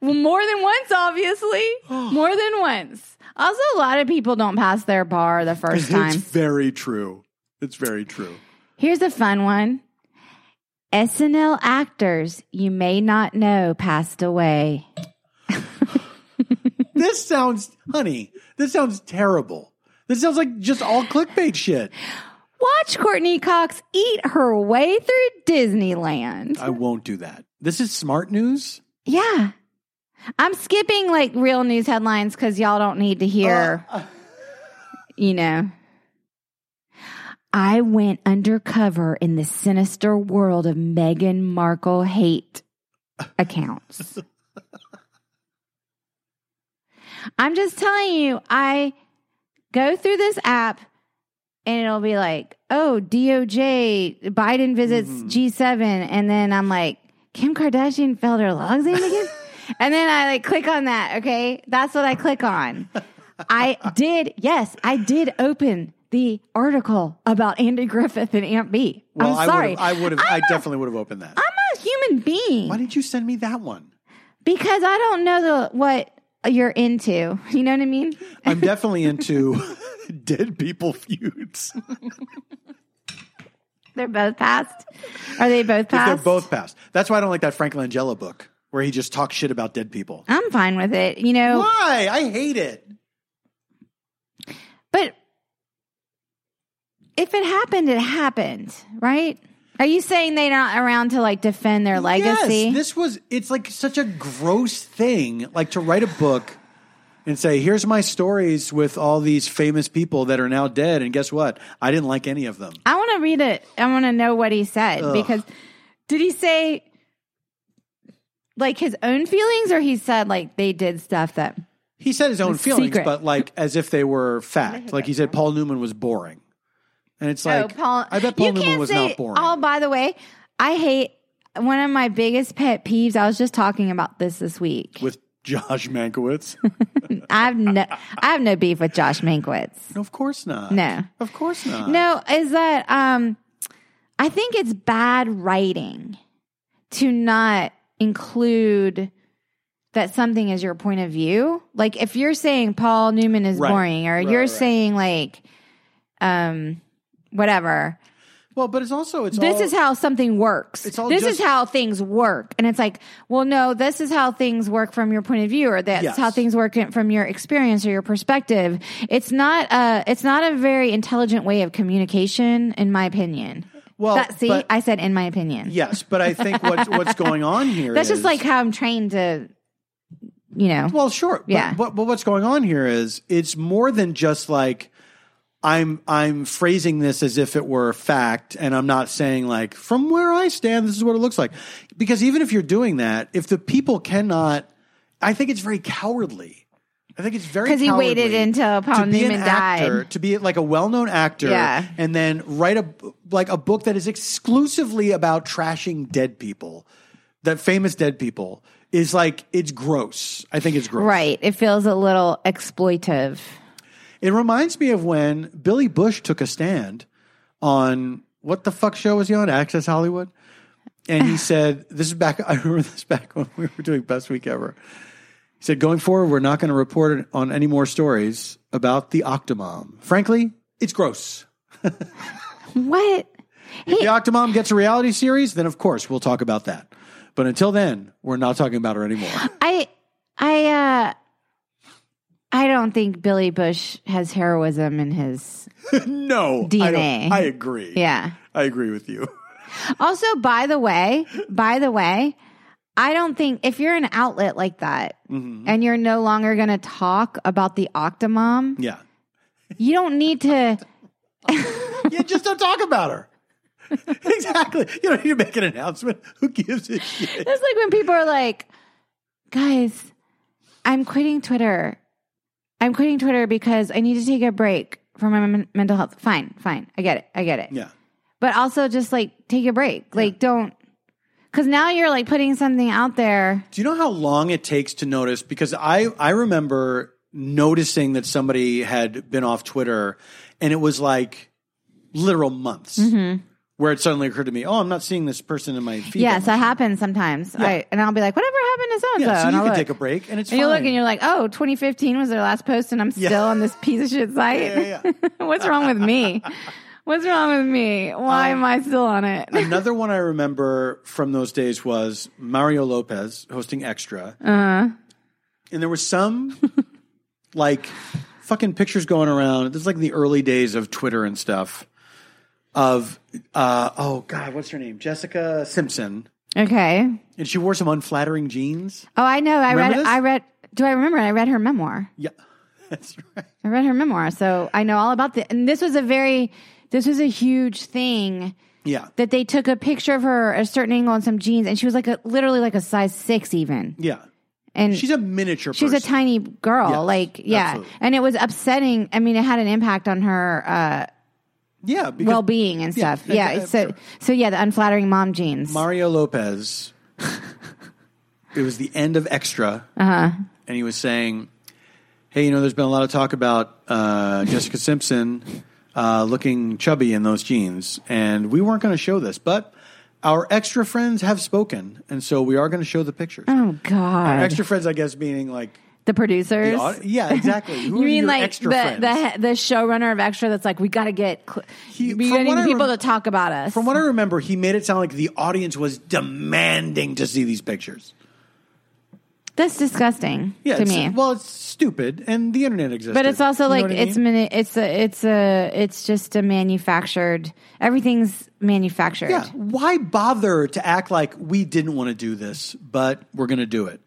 A: Well, more than once, obviously. More than once. Also, a lot of people don't pass their bar the first
B: It's
A: time.
B: very true. It's very true.
A: Here's a fun one SNL actors you may not know passed away.
B: This sounds, honey, this sounds terrible. This sounds like just all clickbait shit.
A: Watch Courtney Cox eat her way through Disneyland.
B: I won't do that. This is smart news.
A: yeah. I'm skipping like real news headlines because y'all don't need to
B: uh,
A: hear, you know. I went undercover in the sinister world of Meghan Markle hate accounts. I'm just telling you, I go through this app and it'll be like, oh, DOJ, Biden visits
B: Mhm.
A: G7. And then I'm like, Kim Kardashian failed her logs in again? and then I like click on that. Okay. That's what I click on. I did, yes, I did open the article about Andy Griffith and Aunt B.
B: Well,
A: am
B: I
A: sorry.
B: would've- I would have, I definitely would have opened that.
A: I'm a human being.
B: Why did you send me that one?
A: Because I don't know the what you're into. You know what I mean?
B: I'm definitely into dead people feuds.
A: They're both past. Are they both past?
B: They're both past. That's why I don't like that Frank Langella book where he just talks shit about dead people.
A: I'm fine with it. You know,
B: Why? I hate it.
A: but if it happened, it happened, right? Are you saying they're not around to like defend their legacy?
B: Yes, this was it's like such a gross thing like to write a book and say here's my stories with all these famous people that are now dead and guess what? I didn't like any of them.
A: I want to read it. I want to know what he said
B: Ugh.
A: because did he say like his own feelings or he said like they did stuff that
B: He said his own
A: It's
B: feelings,
A: secret.
B: but like as if they were fact. Like he said, Paul Newman was boring, and it's like
A: oh, Paul,
B: I bet Paul
A: you
B: Newman
A: can't
B: was
A: say,
B: not boring.
A: Oh, by the way, I hate one of my biggest pet peeves. I was just talking about this this week.
B: with Josh Mankiewicz.
A: I've no, I have no beef with Josh Mankiewicz.
B: No, of course not.
A: No.
B: of course not.
A: No, is that um, I think it's bad writing to not include that something is your point of view. Like if you're saying Paul Newman is
B: Right.
A: boring, or
B: Right,
A: you're
B: right.
A: saying like, um, whatever.
B: Well, but it's also it's
A: this
B: all,
A: is how something works.
B: it's all
A: this
B: just-
A: is how things work. And it's like, well, no, this is how things work from your point of view, or that's
B: Yes.
A: how things work in- from your experience or your perspective. It's not a, it's not a very intelligent way of communication, in my opinion.
B: Well,
A: That- see,
B: Oh, but-
A: I said in my opinion.
B: yes, but I think what's what's going on here.
A: that's just
B: is-
A: like how I'm trained to, you know.
B: Well, sure. But,
A: Yeah.
B: But, but what's going on here is it's more than just like I'm I'm phrasing this as if it were fact, and I'm not saying like from where I stand, this is what it looks like. Because even if you're doing that, if the people cannot, I think it's very cowardly. I think it's very
A: 'Cause he
B: cowardly
A: waited until Paul
B: to be
A: Newman
B: an actor,
A: died.
B: to be like a well-known actor,
A: Yeah.
B: and then write a like a book that is exclusively about trashing dead people, that famous dead people is like it's gross. I think it's gross.
A: Right. It feels a little exploitive.
B: It reminds me of when Billy Bush took a stand on what the fuck show was he on? Access Hollywood. And he said, This is back, I remember this back when we were doing Best Week Ever. He said, Going forward, we're not going to report on any more stories about the Octomom. Frankly, it's gross.
A: What?
B: If the Octomom gets a reality series, then of course we'll talk about that. But until then, we're not talking about her anymore.
A: I I uh I don't think Billy Bush has heroism in his
B: no. I,
A: DNA.
B: don't- I agree.
A: yeah.
B: I agree with you.
A: Also, by the way, by the way, I don't think if you're an outlet like that and you're no longer going to talk about the Octomom,
B: Yeah.
A: you don't need to
B: Yeah, just don't talk about her. exactly. You don't need to make an announcement. Who gives a shit?
A: It's like when people are like, guys, I'm quitting Twitter. I'm quitting Twitter because I need to take a break for my men- mental health. Fine, fine. I get it. I get it.
B: Yeah.
A: but also just like take a break. Like don't cuz now you're like putting something out there.
B: Do you know how long it takes to notice? Because I I remember noticing that somebody had been off Twitter, and it was like literal months
A: Mm-hmm.
B: where it suddenly occurred to me, oh, I'm not seeing this person in my feed. that
A: yes,
B: much.
A: that happens sometimes. I, and I'll be like whatever happened to so and so.
B: yeah. So
A: and
B: you
A: I'll
B: can
A: look.
B: take a break, and it's
A: and you
B: fine.
A: look and you're like, "Oh, 2015 was their last post and I'm still on this piece of shit site."
B: Yeah, yeah,
A: What's wrong with me? What's wrong with me? Why am I still on it?
B: Another one I remember from those days was Mario Lopez hosting Extra.
A: Uh-huh.
B: And there was some like fucking pictures going around. This is like the early days of Twitter and stuff. Of uh, oh god, what's her name? Jessica Simpson.
A: okay.
B: And she wore some unflattering jeans.
A: Oh, I know. I
B: Remember
A: read
B: this?
A: I read do I remember? it? I read her memoir.
B: Yeah. That's right.
A: I read her memoir, so I know all about the and this was a very this was a huge thing
B: Yeah.
A: that they took a picture of her at a certain angle in some jeans, and she was like a literally like a size six even,
B: Yeah.
A: and
B: She's a miniature
A: she's a
B: person.
A: tiny girl,
B: Yes,
A: like yeah,
B: absolutely.
A: and it was upsetting. I mean, it had an impact on her uh,
B: yeah, because
A: well being and
B: Yeah,
A: stuff. Yeah,
B: yeah,
A: so
B: sure.
A: so yeah, the unflattering mom jeans.
B: Mario Lopez. it was the end of Extra,
A: Uh-huh.
B: and he was saying, "Hey, you know, there's been a lot of talk about uh, Jessica Simpson uh, looking chubby in those jeans, and we weren't going to show this, but our extra friends have spoken, and so we are going to show the pictures.
A: oh God,
B: Extra friends, I guess, meaning like."
A: the producers.
B: the au- Yeah, exactly. Who
A: you
B: are
A: mean
B: your
A: like
B: extra
A: the,
B: friends?
A: the the showrunner of Extra? That's like we got to get cl-
B: He-
A: we
B: from
A: gotta
B: what
A: get
B: I
A: people
B: rem-
A: to talk about us.
B: From what I remember, he made it sound like the audience was demanding to see these pictures.
A: That's disgusting
B: Yeah,
A: to
B: it's-
A: me.
B: Well, it's stupid, and the internet exists.
A: But it's also like it's mini- it's a it's a it's just a manufactured. Everything's manufactured.
B: yeah. Why bother to act like we didn't want to do this, but we're going to do it?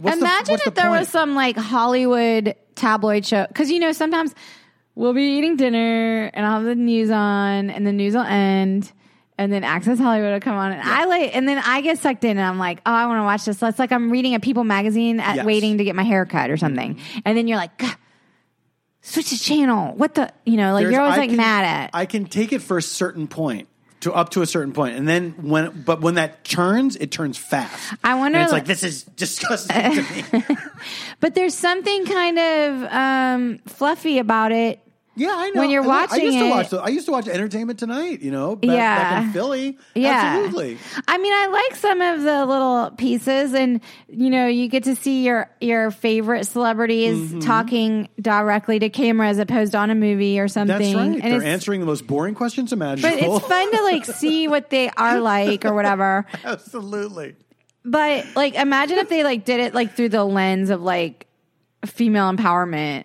B: What's the-
A: Imagine
B: what's
A: if
B: the
A: there
B: point?
A: was some like Hollywood tabloid show because you know sometimes we'll be eating dinner and I'll have the news on and the news will end and then Access Hollywood will come on, and I like, and then I get sucked in, and I'm like, oh, I want to watch this. It's like I'm reading a People magazine at
B: Yes.
A: waiting to get my hair cut or something, and then you're like, "Gah, switch the channel. What the, you know, like
B: There's-
A: you're always
B: I
A: like
B: can-
A: mad at.
B: I can take it for a certain point. To up to a certain point, and then when, but when that turns, it turns fast.
A: I wonder-
B: And it's like this is disgusting to me.
A: but there's something kind of um, fluffy about it.
B: Yeah, I know.
A: When you're
B: And look,
A: watching
B: I used to
A: it-
B: watch. the- I used to watch Entertainment Tonight. You know, back, back
A: Yeah.
B: in Philly.
A: Yeah.
B: absolutely.
A: I mean, I like some of the little pieces and you know, you get to see your your favorite celebrities
B: Mm-hmm.
A: talking directly to camera as opposed on a movie or something.
B: That's right.
A: And
B: They're
A: it's-
B: answering the most boring questions
A: but
B: imaginable.
A: it's fun to like see what they are like or whatever.
B: absolutely.
A: But like imagine if they like did it like through the lens of like female empowerment.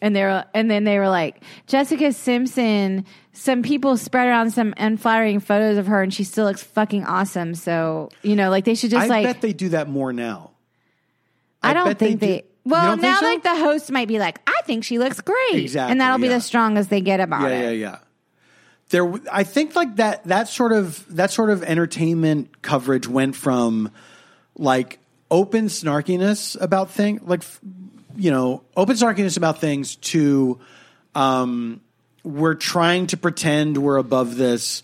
A: And they were, and then they were like, Jessica Simpson. Some people spread around some unflattering photos of her, and she still looks fucking awesome. So you know, like they should just
B: I
A: like
B: bet they do that more now.
A: I,
B: I
A: don't
B: bet they
A: think
B: do-
A: they.
B: You
A: well,
B: don't think
A: now
B: so?
A: like the host might be like, I think she looks great,
B: Exactly,
A: and that'll be
B: yeah.
A: the strongest they get about
B: Yeah, yeah,
A: it.
B: yeah. There, w- I think like that. That sort of that sort of entertainment coverage went from like open snarkiness about thing, like f- you know, open snarkiness about things to um, we're trying to pretend we're above this.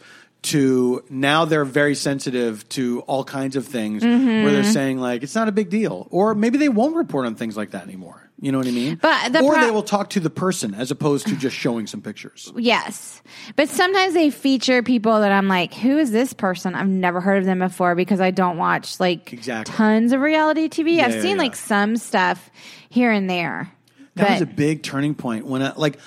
B: To now they're very sensitive to all kinds of things where
A: Mm-hmm.
B: they're saying like it's not a big deal, or maybe they won't report on things like that anymore. You know what I mean?
A: But the
B: or
A: pro-
B: they will talk to the person as opposed to just showing some pictures.
A: Yes, but sometimes they feature people that I'm like, who is this person? I've never heard of them before because I don't watch like
B: Exactly.
A: tons of reality TV. I've
B: yeah,
A: seen
B: yeah.
A: like some stuff here and there,
B: That was a
A: but
B: big turning point when I like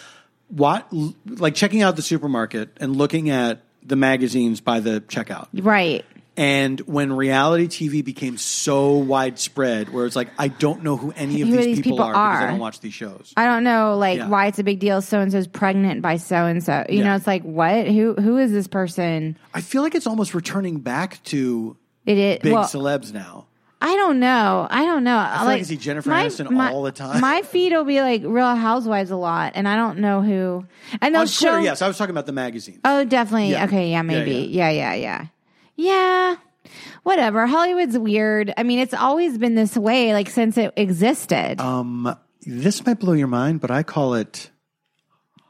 B: what like checking out the supermarket and looking at the magazines by the checkout.
A: right.
B: And when reality TV became so widespread where it's like I don't know who any of
A: Who
B: these,
A: these
B: people,
A: people
B: are, because
A: are.
B: I don't watch these shows.
A: I don't know like
B: Yeah.
A: why it's a big deal. So and so's pregnant by so and so. You
B: Yeah.
A: know, it's like what? Who? Who is this person?
B: I feel like it's almost returning back to
A: It is
B: big
A: well,
B: celebs now.
A: I don't know. I don't know. I
B: feel like I see Jennifer Aniston all the time.
A: My feed will be like Real Housewives a lot, and I don't know who. And they'll
B: On
A: show.
B: Twitter, yes, I was talking about the magazines.
A: Oh, definitely.
B: Yeah.
A: Okay. Yeah.
B: Yeah,
A: Maybe. Yeah. Yeah. Yeah. Yeah. Whatever. Hollywood's weird. I mean, it's always been this way, like since it existed.
B: Um, this might blow your mind, but I call it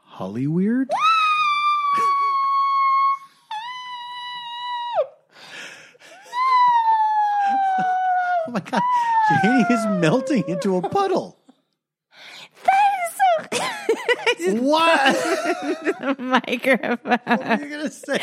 B: Holly Weird. oh my god, Janie is melting into a puddle.
A: That is
B: What?
A: so microphone.
B: what are you gonna say?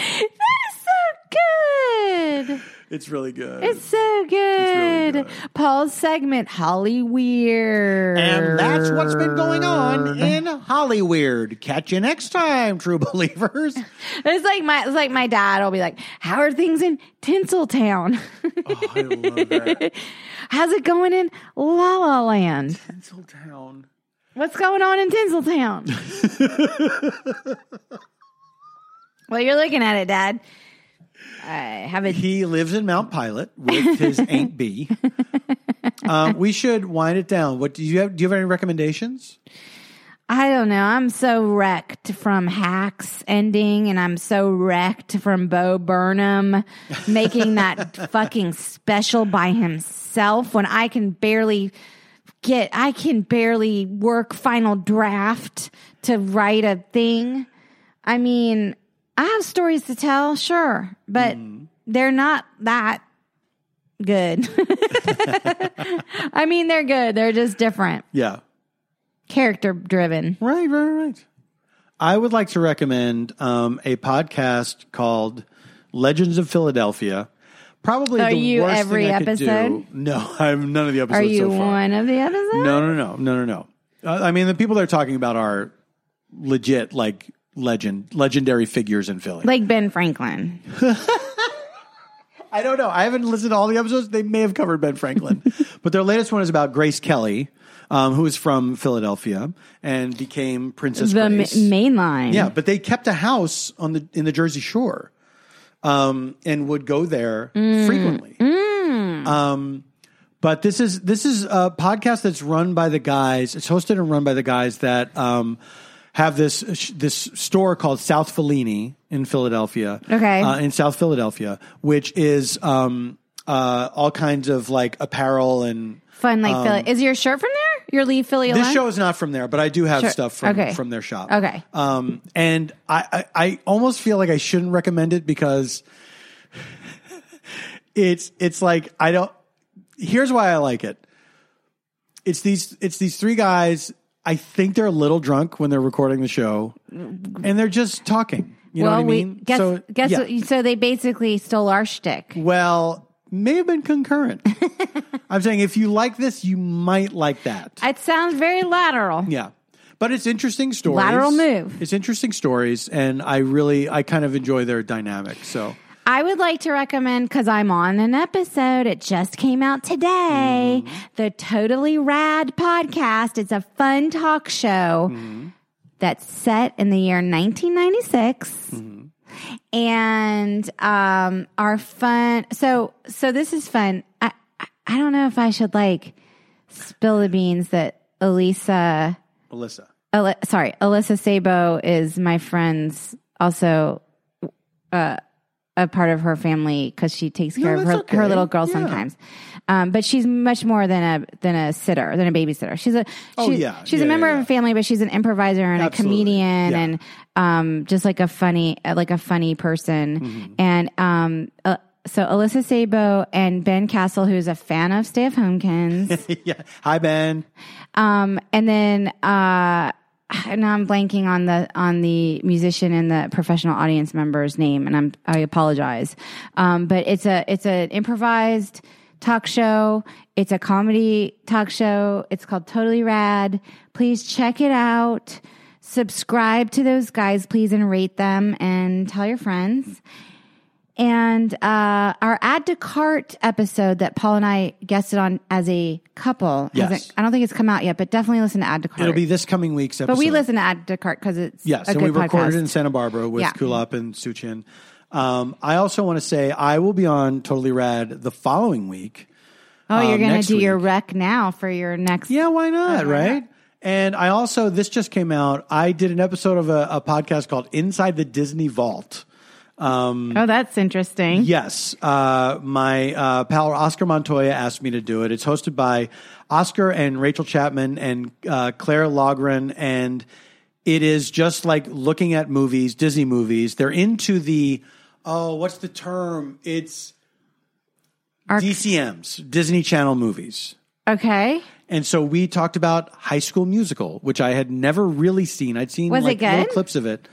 A: So good.
B: It's really good.
A: It's so
B: really
A: good.
B: good.
A: Paul's segment, Holly Weird.
B: and that's what's been going on in Holly Weird. Catch you next time, true believers.
A: It's like my it's like my dad will be like, "How are things in Tinseltown?
B: Oh, I love that.
A: How's it going in La La Land?
B: Tinseltown.
A: What's going on in Tinseltown?" well, you're looking at it, Dad. I have a
B: He lives in Mount Pilot with his Aunt B. Um, we should wind it down. What do you have? Do you have any recommendations?
A: I don't know. I'm so wrecked from Hacks ending, and I'm so wrecked from Bo Burnham making that fucking special by himself when I can barely get, I can barely work final draft to write a thing. I mean, I have stories to tell, sure, but they're not that good. I mean, they're good. They're just different,
B: Yeah.
A: character driven.
B: Right, right, right. I would like to recommend um, a podcast called Legends of Philadelphia. Probably
A: Are
B: the
A: you
B: worst
A: every
B: thing I could
A: episode?
B: do. No, I'm none of the
A: Are
B: episodes.
A: you
B: so far.
A: one of the others?
B: No, no, no, no, no, no. Uh, I mean, the people they're talking about are legit, like legend, legendary figures in Philly.
A: Like Ben Franklin.
B: I don't know. I haven't listened to all the episodes. They may have covered Ben Franklin, but their latest one is about Grace Kelly, um, who is from Philadelphia and became Princess
A: The ma-
B: Grace.
A: main line.
B: yeah, but they kept a house on the in the Jersey Shore, um, and would go there frequently. Um, but this is this is a podcast that's run by the guys. It's hosted and run by the guys that um, have this sh- this store called South Fellini in Philadelphia.
A: Okay.
B: uh, in South Philadelphia, which is um, uh, all kinds of like apparel and.
A: Fun like Philly. Is your shirt from there? Your Leave Philly
B: Um, This
A: Alone?
B: show is not from there, but I do have
A: Sure.
B: stuff from
A: Okay.
B: from their shop.
A: Okay.
B: Um, and I, I I almost feel like I shouldn't recommend it because it's it's like I don't. Here's why I like it. It's these it's these three guys. I think they're a little drunk when they're recording the show, and they're just talking. You know
A: well,
B: what I mean?
A: we guess
B: so,
A: guess
B: yeah.
A: what- so they basically stole our shtick.
B: well, may have been concurrent. I'm saying if you like this, you might like that.
A: It sounds very lateral.
B: Yeah. But it's interesting stories.
A: Lateral move.
B: It's interesting stories, and I really, I kind of enjoy their dynamic. So
A: I would like to recommend because I'm on an episode. It just came out today. The Totally Rad podcast. It's a fun talk show that's set in the year 1996. And um, our fun. So, so this is fun. I, I- I don't know if I should like spill the beans that Elisa.
B: Melissa,
A: Eli- sorry, Alyssa Sabo is my friend's also uh, a part of her family because she takes care of her,
B: that's okay.
A: her little girl
B: Yeah.
A: sometimes. Um, but she's much more than a than a sitter than a babysitter. She's a she's,
B: Oh, yeah.
A: she's
B: Yeah,
A: a
B: yeah,
A: member
B: yeah.
A: of a family, but she's an improviser and a
B: Absolutely.
A: comedian
B: Yeah.
A: and um, just like a funny uh, like a funny person.
B: Mm-hmm.
A: And um, uh, so Alyssa Sabo and Ben Castle, who's a fan of Stay of Homekins.
B: yeah. Hi Ben.
A: Um, and then uh, now I'm blanking on the on the musician and the professional audience member's name, and I'm I apologize. Um, but it's a it's an improvised talk show. It's a comedy talk show. It's called Totally Rad. Please check it out. Subscribe to those guys, please, and rate them, and tell your friends. And uh, our add to cart episode that Paul and I guested on as a couple.
B: Yes.
A: hasn't- I don't think it's come out yet, but definitely listen to add to cart.
B: It'll be this coming week's episode.
A: but we listen to add to cart because it's
B: Yes,
A: a
B: and
A: good
B: we recorded
A: podcast.
B: in Santa Barbara with
A: Yeah.
B: Kulop and Suchin. Um, I also want to say I will be on Totally Rad the following week.
A: oh, you're
B: um,
A: gonna
B: next
A: do your
B: week.
A: rec now for your next.
B: Yeah, why not?
A: why
B: Uh, right. And I also this just came out. I did an episode of a, a podcast called Inside the Disney Vault.
A: Oh, that's interesting.
B: Yes. Uh, my uh, pal Oscar Montoya asked me to do it. It's hosted by Oscar and Rachel Chapman and uh, Claire Logren. And it is just like looking at movies, Disney movies. They're into the, oh, what's the term? It's
A: Arc-
B: DCMs, Disney Channel movies.
A: Okay.
B: And so we talked about High School Musical, which I had never really seen. I'd seen
A: Was it
B: like little
A: good?
B: clips of it.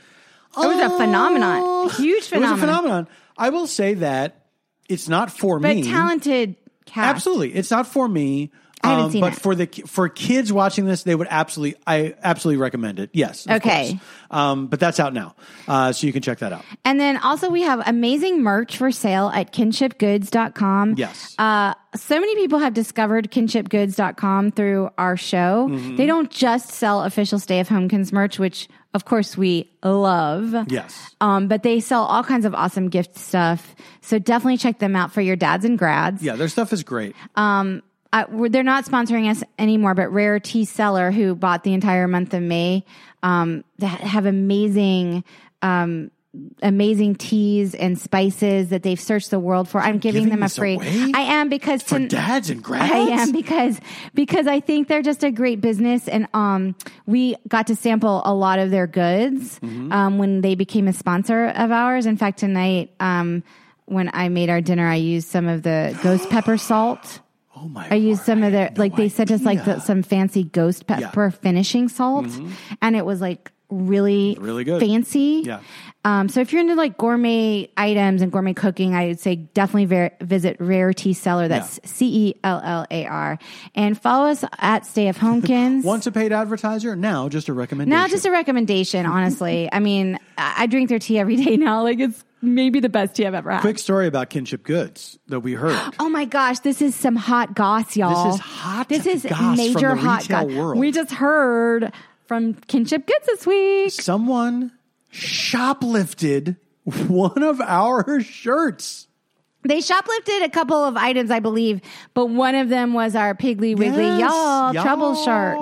B: Oh,
A: It was a phenomenon. Huge
B: It was
A: phenomenon.
B: a phenomenon. I will say that it's not for
A: But
B: me.
A: talented cast.
B: Absolutely, it's not for me. um,
A: I haven't seen
B: but
A: it.
B: for the ki- for kids watching this, they would absolutely, I absolutely recommend it. Yes. of
A: Okay.
B: course. Um, but that's out now, uh, so you can check that out.
A: And then also we have amazing merch for sale at kinshipgoods.com.
B: Yes.
A: Uh, so many people have discovered kinshipgoods.com through our show.
B: Mm-hmm.
A: They don't just sell official Stay of Homekins merch, which of course we love.
B: Yes.
A: Um, but they sell all kinds of awesome gift stuff. So definitely check them out for your dads and grads.
B: Yeah, their stuff is great.
A: I, we're, they're not sponsoring us anymore, but Rare Tea Seller, who bought the entire month of May, um, that have amazing, um, amazing teas and spices that they've searched the world for. I'm giving,
B: giving
A: them a
B: this
A: free.
B: away?
A: I am because
B: for
A: ton-
B: dads and grads.
A: um, I am because because I think they're just a great business, and um, we got to sample a lot of their goods um, when they became a sponsor of ours. In fact, tonight um, when I made our dinner, I used some of the ghost pepper salt.
B: Oh my!
A: I used some of their like they sent us like
B: idea.
A: the, some fancy ghost pepper finishing salt, and it was like really
B: Mm-hmm. Really good.
A: fancy.
B: Yeah.
A: Um, so if you're into like gourmet items and gourmet cooking, I would say definitely ver- visit Rare Tea Cellar. That's C E L L A R, and follow us at Stay of Homekins.
B: Once a paid advertiser, now just a recommendation.
A: now, just a recommendation. Honestly, I mean, I I drink their tea every day now. Like it's maybe the best tea I've ever had.
B: quick story about kinship goods that we heard.
A: Oh my gosh, this is some hot goss, y'all.
B: This is hot
A: This is
B: goss from
A: major
B: the
A: hot
B: retail
A: goss.
B: world.
A: We just heard from Kinship Goods this week.
B: Someone shoplifted one of our shirts.
A: They shoplifted a couple of items, I believe, but one of them was our Piggly Wiggly
B: Yes,
A: Y'all,
B: y'all.
A: trouble shirt.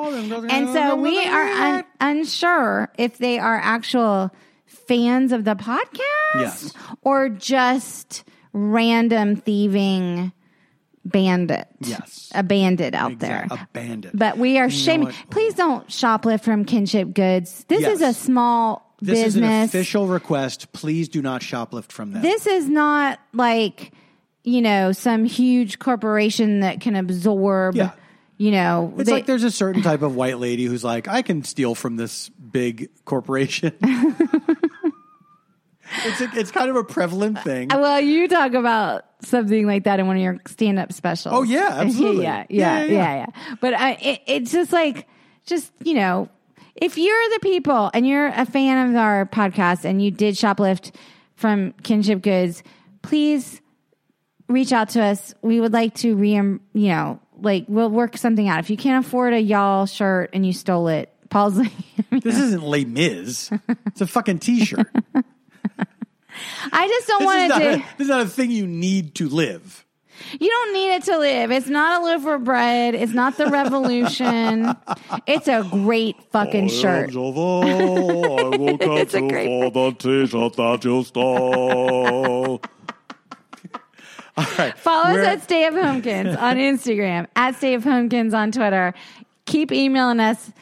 A: And so we are un- unsure if they are actual fans of the podcast
B: Yes.
A: or just random thieving bandit.
B: Yes.
A: A bandit out there.
B: A bandit.
A: But we are shaming.
B: what?
A: Please don't shoplift from Kinship Goods. This is a
B: Yes.
A: small
B: this
A: business.
B: is an official request. Please do not shoplift from them.
A: this is not like you know some huge corporation that can absorb.
B: Yeah.
A: You know,
B: it's
A: they-
B: like there's a certain type of white lady who's like, I can steal from this big corporation. it's a, it's kind of a prevalent thing.
A: well, you talk about something like that in one of your stand-up specials.
B: Oh, yeah, absolutely.
A: yeah, yeah, yeah,
B: Yeah,
A: yeah,
B: yeah,
A: yeah, But I, it, it's just like, just you know, if you're the people and you're a fan of our podcast and you did shoplift from Kinship Goods, please reach out to us. We would like to re, you know, like we'll work something out. If you can't afford a y'all shirt and you stole it, Paul's like.
B: this isn't Les Mis. It's a fucking T-shirt.
A: I just don't
B: this, is
A: want
B: not
A: to
B: a,
A: do.
B: this is not a thing you need to live.
A: You don't need it to live. It's not a live for bread. It's not the revolution. it's a great
B: Oh,
A: fucking shirt.
C: I will
A: It's
C: catch
A: a
C: you
A: great
C: for the t-shirt that you stole.
A: Follow us
B: We're-
A: at Stay of Homekins on Instagram, at Stay of Homekins on Twitter. Keep emailing us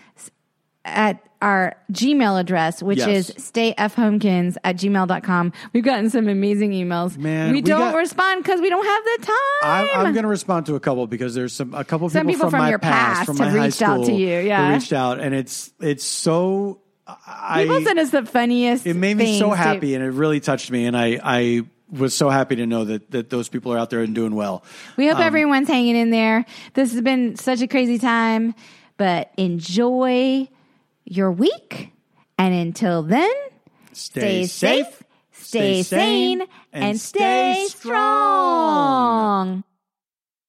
A: at our Gmail address, which
B: Yes.
A: is stayfhomekins at gmail.com. We've gotten some amazing emails.
B: Man,
A: we,
B: we
A: don't
B: got-
A: respond because we don't have the time.
B: I, I'm going to respond to a couple because there's some a couple
A: Some
B: people,
A: people from
B: my
A: your past
B: from
A: have
B: my high
A: reached out to
B: school
A: you, yeah.
B: who reached out, and it's it's so I
A: People send us the funniest.
B: it made me
A: things,
B: so
A: too.
B: happy, and it really touched me, and I I was so happy to know that that those people are out there and doing well.
A: We
B: Um,
A: hope everyone's hanging in there. This has been such a crazy time, but enjoy your week. And until then, stay, safe, stay, sane, and, stay strong.